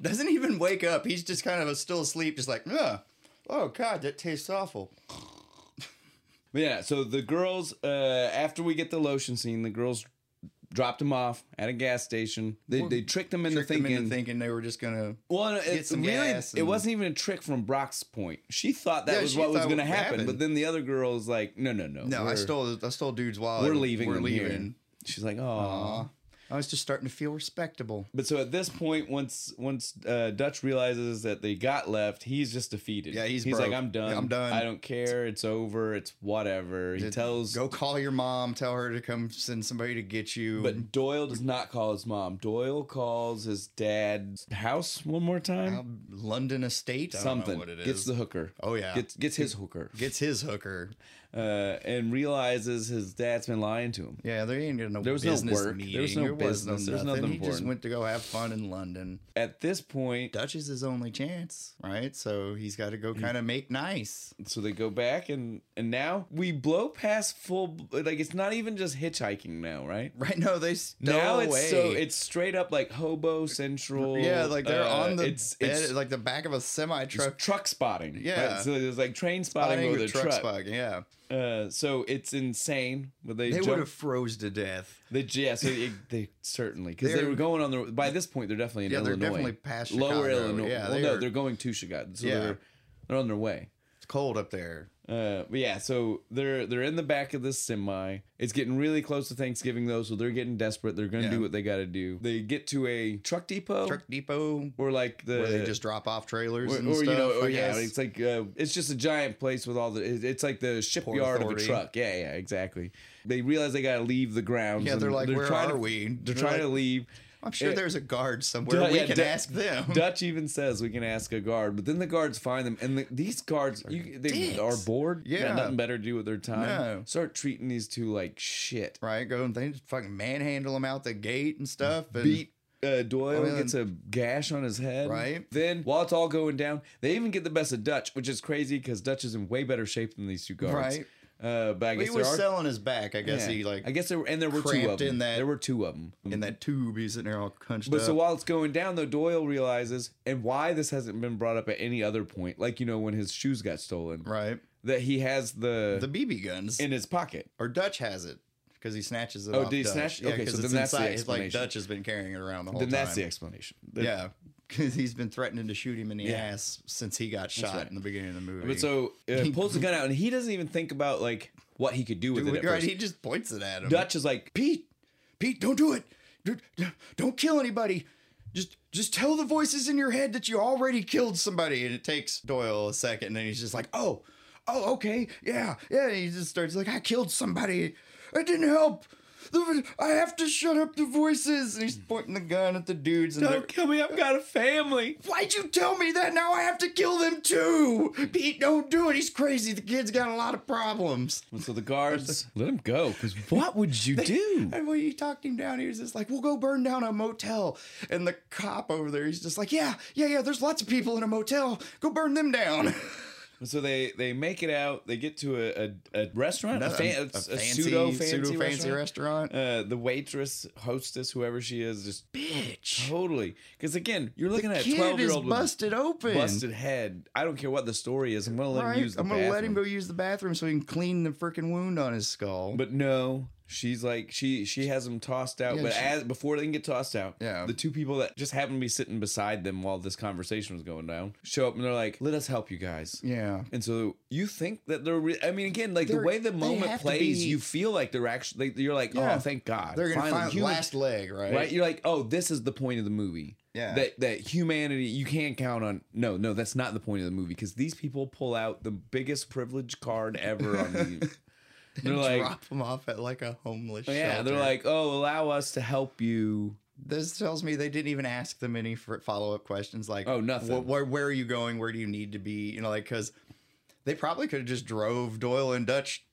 S2: Doesn't even wake up. He's just kind of still asleep, just like, Ugh. oh God, that tastes awful.
S1: But yeah, so the girls, uh, after we get the lotion scene, the girls dropped him off at a gas station. They, they tricked him into
S2: Tricked him
S1: thinking.
S2: into thinking they were just gonna.
S1: well, it,
S2: get some
S1: really,
S2: gas
S1: it
S2: and-
S1: wasn't even a trick from Brock's point. She thought that
S2: Yeah,
S1: was
S2: she
S1: what was
S2: thought
S1: going to
S2: what
S1: happen,
S2: happened.
S1: but then the other girl is like, "No, no, no,
S2: No, I
S1: we're-
S2: stole. I stole dude's wallet.
S1: We're leaving.
S2: We're
S1: him here."
S2: leaving.
S1: She's like, "Oh."
S2: Aw. I was just starting to feel respectable.
S1: But so at this point, once once uh, Dutch realizes that they got left, he's just defeated.
S2: Yeah, he's
S1: he's like,
S2: broke.
S1: "I'm done.
S2: Yeah, I'm done.
S1: I don't care. It's over. It's whatever." He
S2: Did-
S1: tells
S2: Go call your mom. Tell her to come send somebody to get you.
S1: But Doyle does not call his mom. Doyle calls his dad's house one more time.
S2: Al- London Estate. I
S1: Something
S2: Don't know what it is.
S1: gets the hooker.
S2: oh yeah.
S1: Gets gets his hooker.
S2: gets his hooker.
S1: Uh, and realizes his dad's been lying to him.
S2: Yeah, there ain't gonna no
S1: There was no
S2: business
S1: work.
S2: meeting.
S1: There was no business. There was nothing
S2: He just
S1: important.
S2: went to go have fun in London.
S1: At this point,
S2: Dutch is his only chance, right? So he's got to go kind of make nice.
S1: so they go back and and now we blow past full like it's not even just hitchhiking now, right?
S2: Right? No, they stole
S1: now
S2: away.
S1: it's so it's straight up like hobo central.
S2: yeah, like they're
S1: uh,
S2: on the
S1: it's
S2: bed,
S1: it's
S2: like the back of a semi
S1: truck,
S2: truck.
S1: spotting. right?
S2: Yeah.
S1: so there's like train
S2: I
S1: spotting
S2: think
S1: with a
S2: with truck,
S1: truck.
S2: spot, Yeah,
S1: Uh, so it's insane. But they
S2: they
S1: jump-
S2: would have froze to death.
S1: They yeah, so it, they certainly because they
S2: They're-
S1: were going on the by this point they're definitely in
S2: Yeah, they're
S1: Illinois,
S2: definitely past
S1: lower
S2: Chicago.
S1: Illinois.
S2: Yeah,
S1: well,
S2: they
S1: no,
S2: were-
S1: they're going to Chicago, so
S2: Yeah.
S1: they're they're on their way.
S2: It's
S7: cold up there.
S1: Uh, but yeah, so they're they're in the back of this semi. It's getting really close to Thanksgiving though, so they're getting desperate. They're gonna
S7: Yeah.
S1: do what they gotta do. They get to a truck depot,
S7: Truck depot
S1: or like the
S7: where they just drop off trailers
S1: or,
S7: and
S1: or,
S7: stuff.
S1: you know, or,
S7: I
S1: yeah,
S7: guess.
S1: it's like uh, it's just a giant place with all the. it- It's like the shipyard of a
S7: Authority.
S1: truck. Yeah, yeah, exactly. They realize they gotta leave the grounds.
S7: yeah,
S1: and
S7: they're like, where
S1: trying
S7: are
S1: to,
S7: we?
S1: They're trying to
S7: like,
S1: leave.
S7: I'm sure
S1: it-
S7: there's a guard somewhere.
S1: Duh,
S7: we
S1: yeah,
S7: can
S1: duh,
S7: ask them.
S1: Dutch even says we can ask a guard, but then the guards find them, and the, these guards you, they
S7: dicks.
S1: are bored. got
S2: Yeah.
S1: nothing better to do with their time.
S2: No.
S1: Start treating these two like shit.
S2: right? Go and they just fucking manhandle him out the gate and stuff. And
S1: Beat uh, Doyle
S2: Well,
S1: gets a gash on his head.
S2: Oh, Right.
S1: Then while it's all going down, they even get the best of Dutch, which is crazy because Dutch is in way better shape than these two guards.
S2: Right.
S1: Uh, but I guess
S2: he
S1: there
S2: was
S1: are.
S2: selling his back. I guess
S1: Yeah.
S2: he like
S1: I guess there were, and there were two of
S2: cramped
S1: them.
S2: in that-
S1: there were two of them.
S2: in that tube. He's sitting there all crunched
S1: But
S2: up.
S1: so while it's going down, though, Doyle realizes, and why this hasn't been brought up at any other point, like you know when his shoes got stolen,
S2: right.
S1: that he has the,
S2: The BB guns
S1: in his pocket.
S2: or Dutch has it because he snatches it.
S1: Oh,
S2: off
S1: did he
S2: Dutch.
S1: snatch-
S2: Yeah,
S1: okay,
S2: 'cause
S1: so
S2: it's
S1: then that's the
S2: inside. It's like
S1: explanation.
S2: Dutch has been carrying it around the whole
S1: Then
S2: time.
S1: that's the explanation. The-
S2: yeah, because he's been threatening to shoot him in the
S1: Yeah.
S2: ass since he got shot
S1: right.
S2: in the beginning of the movie.
S1: But so uh, pulls the gun out, and he doesn't even think about like what he could do with
S2: Dude,
S1: it. At
S2: right,
S1: first.
S2: he just points it at him.
S1: Dutch is like,
S2: Pete, Pete, don't do it. D- d- Don't kill anybody. Just just tell the voices in your head that you already killed somebody. And it takes Doyle a second, and then he's just like, oh, oh, okay, yeah, yeah. And he just starts like, I killed somebody. I didn't help. The vo- I have to shut up the voices. And he's pointing the gun at the dudes. And they're,
S1: "Don't kill me! I've got a family."
S2: Why'd you tell me that? Now I have to kill them too. Pete, don't do it. He's crazy. The kid's got a lot of problems.
S1: And so the guards let him go because what would you do?
S2: And when he talked him down, he was just like, "We'll go burn down a motel." And the cop over there, he's just like, "Yeah, yeah, yeah. There's lots of people in a motel. Go burn them down."
S1: So they they make it out. They get to a a, a restaurant, a, fan, a, pseudo fancy restaurant.
S2: restaurant.
S1: Uh, the waitress, hostess, whoever she is, just bitch. Totally, because again, you're looking at a
S2: Kid
S1: twelve year
S2: is
S1: old Oh, with
S2: busted open.
S1: busted head. I don't care what the story is. I'm gonna let him
S2: Right?
S1: use the
S2: I'm gonna let
S1: bathroom.
S2: him go use the bathroom so he can clean the freaking wound on his skull.
S1: But no, she's like she she has them tossed out.
S2: Yeah,
S1: but
S2: she-
S1: as before they can get tossed out,
S2: Yeah.
S1: the two people that just happened to be sitting beside them while this conversation was going down show up and they're like, "Let us help you guys."
S2: yeah,
S1: And so you think that they're. Re- I mean, again, like
S2: They're-
S1: the way the
S2: they
S1: moment
S2: have to
S1: plays,
S2: be-
S1: you feel like they're actually. You're like,
S2: Yeah.
S1: oh, thank God,
S2: they're gonna
S1: Finally,
S2: find
S1: human-
S2: last leg, right?
S1: right? You're like, oh, this is the point of the movie.
S2: Yeah.
S1: That that humanity, you can't count on. No, no, that's not the point of the movie because these people pull out the biggest privilege card ever on you. they're like,
S2: Drop him off at like a homeless.
S1: Oh, yeah,
S2: shelter.
S1: they're like, oh, allow us to help you.
S2: This tells me they didn't even ask them any follow up questions like,
S1: Oh, nothing.
S2: "Wh- where, where are you going? Where do you need to be? You know, like, because they probably could have just drove Doyle and Dutch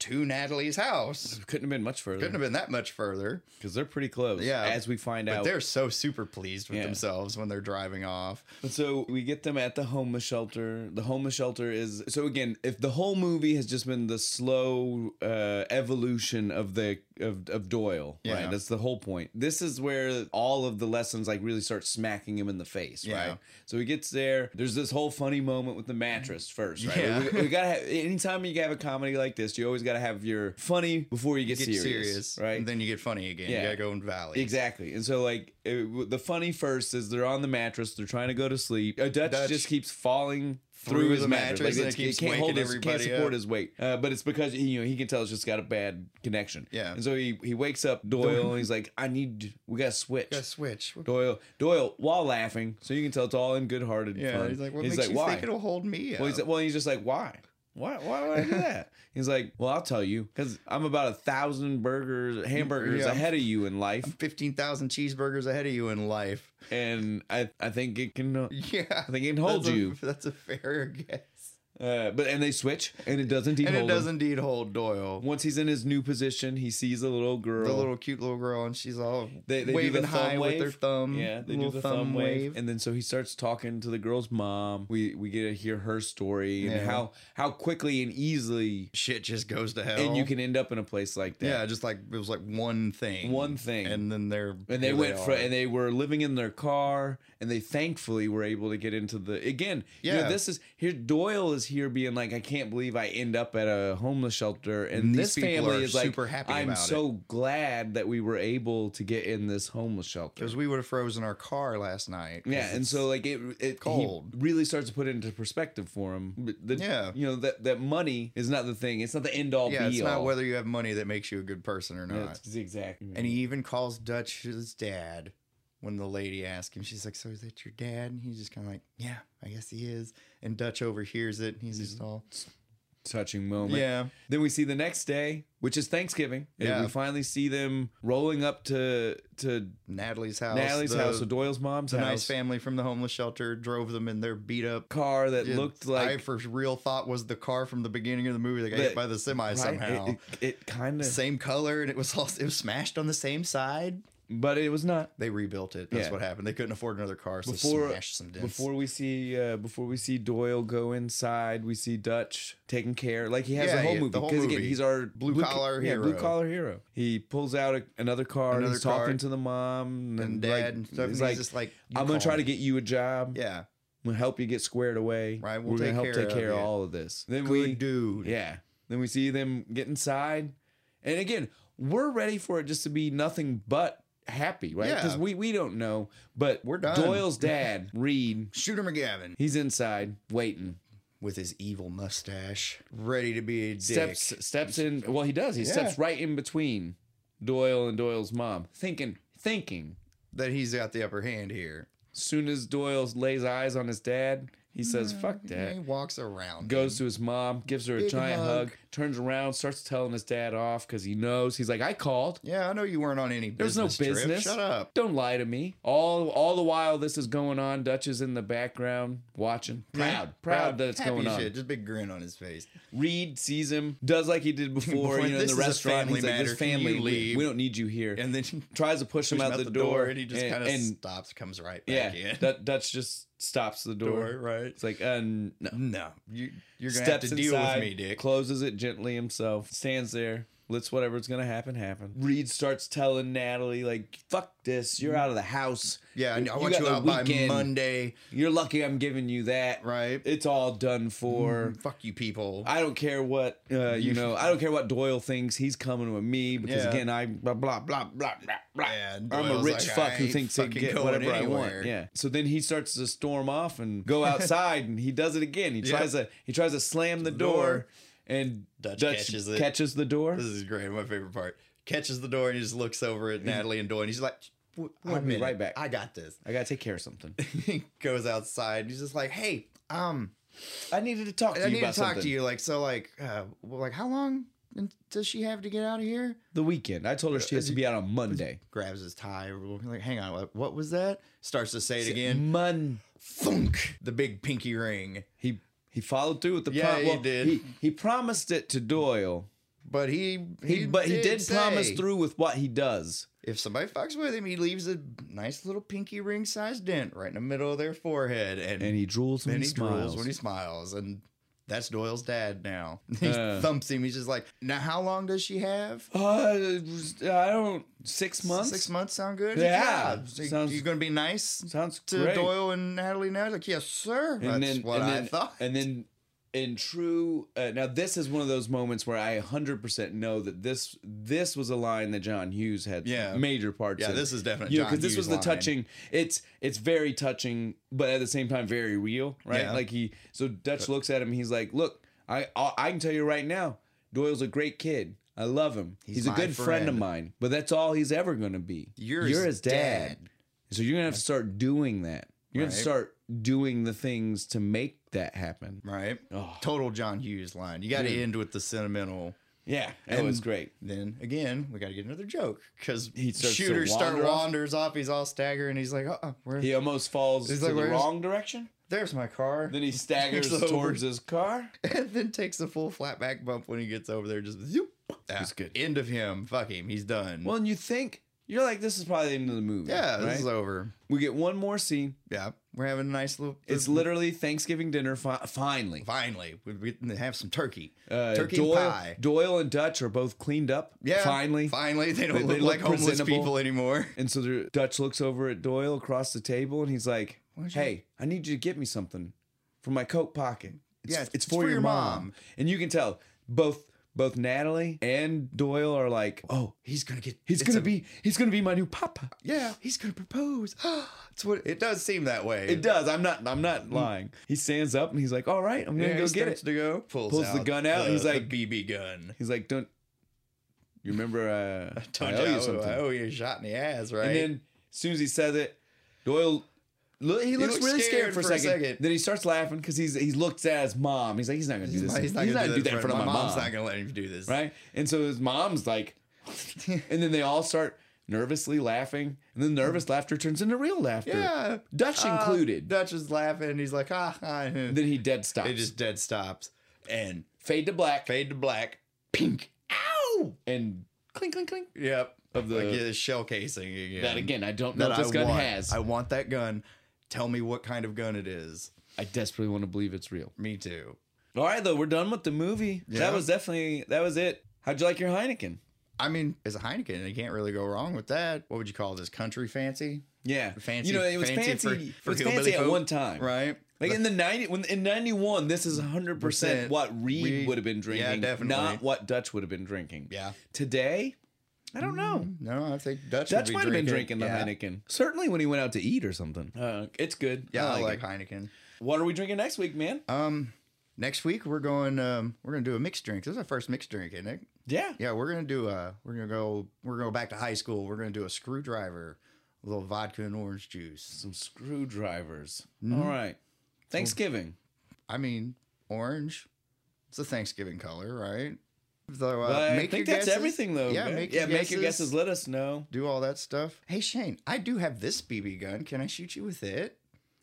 S2: to Natalie's house.
S1: Couldn't have been much
S2: Couldn't
S1: further
S2: have been that much further.
S1: because they're pretty close.
S2: Yeah.
S1: as we find
S2: But
S1: out.
S2: they're so super pleased with
S1: Yeah.
S2: themselves when they're driving off.
S1: And So we get them at the homeless shelter. The homeless shelter is so again. If the whole movie has just been the slow uh, evolution of the of, of Doyle,
S2: Yeah.
S1: right? That's the whole point. This is where all of the lessons like really start smacking him in the face,
S2: Yeah.
S1: right? So he gets there. There's this whole funny moment with the mattress first, right?
S2: Yeah.
S1: We, we gotta have anytime you have a comedy like this, you always gotta have your funny before you get,
S2: Get
S1: serious,
S2: serious,
S1: right?
S2: And then you get funny again.
S1: Yeah.
S2: You gotta go in Valley.
S1: Exactly. And so, like, it, w- the funny first is they're on the mattress, they're trying to go to sleep. Uh, Dutch,
S2: Dutch
S1: just keeps falling through,
S2: Through
S1: his
S2: the
S1: mattress.
S2: mattress
S1: Like,
S2: and
S1: it's-
S2: it
S1: he
S2: keeps
S1: can't hold
S2: waking
S1: his, can't
S2: everybody
S1: support
S2: up.
S1: his weight. Uh, but it's because, you know, he can tell it's just got a bad connection.
S2: Yeah.
S1: And so he, he wakes up Doyle and he's like, I need, we got to switch.
S2: Gotta switch.
S1: Doyle, Doyle, while laughing, so you can tell it's all in good hearted
S2: Yeah.
S1: fun.
S2: He's like, what makes you
S1: why?
S2: think it'll hold me?
S1: Well,
S2: up?"
S1: he's well, he's just like, why? Why, why would I do that? He's like, well, I'll tell you, because I'm about a thousand burgers, hamburgers
S2: Yeah.
S1: ahead of you in life,
S2: 15,000 cheeseburgers ahead of you in life.
S1: and I, I think it can, uh,
S2: Yeah.
S1: I think it can hold
S2: that's a-
S1: you.
S2: that's a fair guess.
S1: Uh, but and they switch, and it does indeed
S2: and
S1: hold
S2: it
S1: him.
S2: does indeed hold Doyle,
S1: Once he's in his new position, he sees a little girl.
S2: the little cute little girl, and she's all
S1: They- they do
S2: waving
S1: the thumb
S2: high with
S1: wave.
S2: their thumb.
S1: yeah, they do
S2: little
S1: the thumb, wave. and then so he starts talking to the girl's mom. We we get to hear her story and
S2: Yeah.
S1: how how quickly and easily,
S2: Shit just goes to hell.
S1: and you can end up in a place like that.
S2: yeah, just like it was like one thing,
S1: One thing.
S2: and then they're
S1: and they went
S2: for
S1: for and they were living in their car and they thankfully were able to get into the again yeah
S2: Yeah.
S1: this is here doyle is here being like, I can't believe I end up at a homeless shelter, and,
S8: And
S1: this
S8: these people
S1: family
S8: are
S1: is like,
S8: super happy
S1: I'm
S8: about it."
S1: so glad that we were able to get in this homeless shelter.
S2: Because we would have frozen our car last night. 'cause
S1: Yeah, and so like it, it
S2: cold.
S1: He really starts to put it into perspective for him. But The,
S2: Yeah.
S1: you know that that money is not the thing. It's not the end all
S2: Yeah,
S1: be
S2: it's not
S1: all.
S2: whether you have money that makes you a good person or not.
S1: That's exactly.
S2: And he even calls Dutch his dad when the lady asks him. She's like, "So is that your dad?" And he's just kind of like, "Yeah, I guess he is." And Dutch overhears it, and he's just
S1: Mm-hmm.
S2: all,
S1: touching moment.
S2: "Yeah,
S1: Then we see the next day, which is Thanksgiving. And
S2: Yeah.
S1: we finally see them rolling up to to
S2: Natalie's house,
S1: Natalie's
S2: the,
S1: house, so Doyle's mom's
S2: the
S1: house.
S2: nice family from the homeless shelter drove them in their beat up."
S1: car that looked like
S2: I for real thought was the car from the beginning of the movie that got hit
S1: That-
S2: by the semi
S1: right?
S2: somehow.
S1: It, kind of,
S2: same color, and it was all it was smashed on the same side.
S1: but it was not.
S2: They rebuilt it. That's
S1: Yeah.
S2: what happened. They couldn't afford another car, so
S1: Before-
S2: smashed some dents.
S1: Before we see, uh, before we see Doyle go inside, we see Dutch taking care. Like he has
S2: Yeah,
S1: the whole
S2: yeah,
S1: movie
S2: the whole
S1: because again,
S2: movie.
S1: he's our
S2: Blue
S1: blue-
S2: collar
S1: yeah, blue
S2: hero.
S1: collar hero. He pulls out a, another card.
S2: Another
S1: he's
S2: card.
S1: talking to the mom and,
S2: and dad
S1: like,
S2: and stuff. And
S1: he's
S2: he's
S1: like,
S2: just like, "You
S1: "I'm gonna
S2: call
S1: try to
S2: him."
S1: get you a job.
S2: Yeah,
S1: We'll help you get squared away.
S2: Right,
S1: We're
S2: we'll
S1: gonna
S2: take
S1: help
S2: care
S1: take
S2: of
S1: care of,
S2: you."
S1: all of this. Then
S2: good
S1: we
S2: dude.
S1: Yeah. Then we see them get inside. And again, we're ready for it just to be nothing but happy, right?
S2: Yeah.
S1: Because we, we don't know. But
S2: We're done.
S1: Doyle's dad, Reed,
S2: Shooter McGavin
S1: he's inside waiting.
S2: with his evil mustache, ready to be a dick.
S1: Steps steps in. Well, he does. He steps right in between Doyle and Doyle's mom, thinking, thinking.
S2: that he's got the upper hand here.
S1: Soon as Doyle lays eyes on his dad, he says, "Fuck
S2: He
S1: that."
S2: walks around.
S1: Goes to his mom, gives her a
S2: Big
S1: giant hug.
S2: hug.
S1: turns around, starts telling his dad off because he knows. He's like, "I called.
S2: Yeah, I know you weren't on any
S1: There's
S2: business.
S1: no
S2: trip.
S1: business.
S2: Shut up.
S1: Don't lie to me. All all the while this is going on, Dutch is in the background watching. Proud. Proud, that it's
S2: Happy
S1: going
S2: as
S1: on.
S2: Shit. Just big grin on his face.
S1: Reed sees him, does like he did before,
S2: Before,
S1: you know, in
S2: "This
S1: the
S2: is a
S1: restaurant.
S2: family
S1: He's like, this
S2: matter. Can
S1: family,
S2: you
S1: we,
S2: leave?"
S1: we don't need you here.
S2: And then he
S1: tries to push him
S2: pushes
S1: out, the, door,
S2: and he just kind of
S1: and-
S2: stops, comes right
S1: yeah,
S2: back in.
S1: Dut- Dutch just stops the door.
S2: Door, right?
S1: It's like, uh, n- no.
S2: No, you, you're gonna have to deal with me, Dick.
S1: Closes it gently himself. Stands there. Lets whatever's gonna happen happen. Reed starts telling Natalie like, "Fuck this. You're out of the house.
S2: Yeah, and I
S1: You
S2: want
S1: got
S2: you
S1: the
S2: out by
S1: weekend.
S2: Monday,
S1: You're lucky I'm giving you that.
S2: right? Mm-hmm.
S1: It's all done for.
S2: Fuck you, people.
S1: I don't care what uh, you know. I don't care what Doyle thinks. He's coming with me because
S2: Yeah.
S1: again, I blah blah blah blah blah. blah.
S2: Yeah, and
S1: I'm a
S2: Doyle's
S1: rich
S2: like,
S1: fuck
S2: "I
S1: who
S2: ain't
S1: thinks he can
S2: fucking
S1: get
S2: going
S1: whatever I
S2: anywhere."
S1: want. Yeah. So then he starts to storm off and go outside, and he does it again. He
S2: Yeah.
S1: tries to he tries to slam the door,
S2: door.
S1: and Dutch,
S2: Dutch catches it.
S1: catches the door.
S2: This is great. My favorite part. Catches the door and he just looks over at Natalie and Doyle and he's like, "W-
S1: I'll
S2: "One
S1: be
S2: minute,
S1: right back."
S2: I got this."
S1: I gotta take care of something.
S2: he goes outside and he's just like, "Hey, um,
S1: I needed to talk to
S2: I
S1: you
S2: need to
S1: about
S2: talk
S1: something.
S2: to you. Like, so, like, uh, well, like, how long in- does she have to get out of here?"
S1: The weekend. I told her she has to be out on Monday.
S2: Grabs his tie. Like, hang on, what, what was that? Starts to say it again.
S1: Monday.
S2: Thunk. The big pinky ring.
S1: He he followed through with the
S2: Yeah,
S1: prom-
S2: he did.
S1: He, he promised it to Doyle.
S2: But he,
S1: He, but he did promise
S2: say,
S1: through with what he does.
S2: If somebody fucks with him, he leaves a nice little pinky ring sized dent right in the middle of their forehead, and,
S1: And he drools when
S2: then
S1: he,
S2: he
S1: smiles.
S2: drools when he smiles, and that's Doyle's dad now. He
S1: Uh.
S2: thumps him. He's just like, now how long does she have?
S1: uh, it was- I don't six months.
S2: Six months sound good.
S1: Yeah,
S2: So
S1: sounds-
S2: you gonna be nice
S1: sounds
S2: to
S1: great.
S2: Doyle and Natalie now? Like, yes, sir.
S1: and
S2: that's
S1: then,
S2: what
S1: and
S2: I
S1: then,
S2: thought.
S1: And then in true uh, now this is one of those moments where I 100% know that this this was a line that John Hughes had
S2: Yeah.
S1: major parts
S2: yeah,
S1: in.
S2: this is definitely
S1: you know
S2: John
S1: because this
S2: Hughes
S1: was the
S2: line.
S1: touching it's it's very touching but at the same time very real right
S2: Yeah.
S1: like he so dutch looks at him he's like look I, I i can tell you right now doyle's a great kid i love him he's,
S2: He's
S1: a
S2: my
S1: good friend. of
S2: friend.
S1: mine but that's all he's ever going to be
S2: You're his dad.
S1: so you're gonna have to start doing that you're gonna
S2: Right.
S1: start doing the things to make that happen
S2: Right,
S1: Oh.
S2: total John Hughes line. You got to end with the sentimental.
S1: yeah that
S2: And-
S1: was great
S2: Then again, we got to get another joke because
S1: He starts to
S2: shooter start
S1: wander off.
S2: wanders off. He's all staggering. He's like, uh-uh, where,
S1: he almost falls
S2: He's
S1: to
S2: like,
S1: the
S2: "Where's-"
S1: wrong direction
S2: there's my car.
S1: then he staggers
S2: Looks over.
S1: towards his car
S2: and then takes a full flat back bump when he gets over there. Just zoop. Ah,
S1: good.
S2: End of him. Fuck him. He's done.
S1: well and you think you're like this is probably the end of the movie
S2: yeah,
S1: right?
S2: this is over.
S1: We get one more scene.
S2: Yeah, we're having a nice little.
S1: It's literally Thanksgiving dinner. Fi- finally,
S2: finally we, we can have some turkey.
S1: uh,
S2: turkey and
S1: Doyle,
S2: pie.
S1: Doyle and Dutch are both cleaned up.
S2: Yeah,
S1: finally.
S2: finally they don't
S1: They-
S2: look,
S1: they
S2: like
S1: look
S2: homeless
S1: presentable.
S2: people anymore.
S1: and so there- Dutch looks over at Doyle across the table, and he's like,
S2: Why'd you-
S1: "Hey, I need you to get me something from my coat pocket." It's,
S2: Yeah,
S1: it's, for, your, mom.
S2: mom.
S1: and you can tell both both Natalie and Doyle are like, oh,
S2: He's gonna get.
S1: he's
S2: it's
S1: gonna
S2: a-
S1: be he's gonna be my new papa.
S2: Yeah, he's gonna propose.
S9: It's what it does seem that way.
S1: It does. I'm not. I'm not
S2: Mm.
S1: lying. He stands up and he's like, "All right, I'm gonna
S9: Yeah,
S1: go
S9: he
S1: get
S9: starts
S1: it."
S9: to go. Pulls,
S1: Pulls the
S9: out
S1: gun out, and he's
S9: the-
S1: like-
S9: the BB gun.
S1: He's like, "Don't you remember? Uh,
S9: Don't
S1: I owe you
S9: you-
S1: something."
S9: I owe you a Oh, shot in the ass, right?
S1: And then as soon as he says it, Doyle. Look, he looks,
S9: looks
S1: really scared,
S9: scared
S1: for, a,
S9: for a
S1: second.
S9: second.
S1: Then he starts laughing because he's he looks at his mom. He's like, he's not gonna do this.
S9: he's not gonna do that in front of my, mom's not gonna let him do this.
S1: right? And so his mom's like, and then they all start nervously laughing, and then nervous laughter turns into real laughter.
S9: Mm. Yeah.
S1: Dutch
S9: Uh,
S1: included.
S9: Dutch is laughing. and He's like, ah, ah. ah."
S1: then he dead stops.
S9: It just dead stops and
S1: fade to black
S9: fade to black. Pink. Ow.
S1: and clink clink clink
S9: Yep.
S1: of the
S9: Like yeah, the shell casing again.
S1: that again. I don't know
S2: That
S1: if
S2: I
S1: this gun
S2: want.
S1: has.
S2: I
S1: I,
S2: want that gun. Tell me what kind of gun it is.
S1: desperately want to believe it's real.
S9: Me too.
S10: All right, though, we're done with the movie.
S2: Yeah.
S10: That was definitely, that was it. How'd you like your Heineken?
S2: I mean, it's a Heineken, and you can't really go wrong with that. What would you call this? Country fancy,
S10: Yeah.
S2: fancy,
S10: You know, it was fancy,
S2: fancy for- for
S10: it was
S2: hillbilly
S10: fancy at
S2: folk.
S10: one time.
S2: right?
S10: Like in the 90 when in 91 this is 100%
S2: Percent.
S10: what Reed
S2: Reed-
S10: would have been drinking,
S2: definitely.
S10: not what Dutch would have been drinking.
S2: Yeah.
S10: Today, I don't know.
S2: No, I think Dutch.
S10: Dutch
S2: would be
S10: might have been drinking the
S2: yeah.
S10: Heineken. Certainly when he went out to eat or something. Uh, it's good.
S2: Yeah,
S10: I
S2: I
S10: like
S2: like
S10: it.
S2: Heineken.
S10: What are we drinking next week, man?
S2: Um, next week we're going. Um, we're gonna do a mixed drink. This is our first mixed drink, isn't it?
S10: yeah.
S2: Yeah, we're gonna do a. We're gonna go. We're gonna go back to high school. We're gonna do a screwdriver, a little vodka and orange juice.
S10: Some screwdrivers.
S2: Mm-hmm.
S10: All right. Thanksgiving.
S2: I mean, orange. It's a Thanksgiving color, right? So, uh,
S10: But I
S2: make
S10: think
S2: your
S10: that's
S2: guesses.
S10: everything though.
S2: Yeah,
S10: man.
S2: make
S10: yeah,
S2: your
S10: make your guesses, let us know.
S2: do all that stuff. Hey Shane, I do have this BB gun. Can I shoot you with it?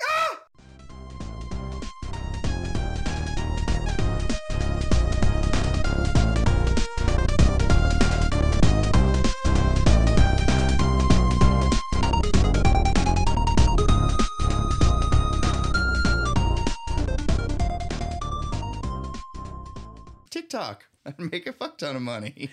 S2: Ah! TikTok. I'd make a fuck ton of money.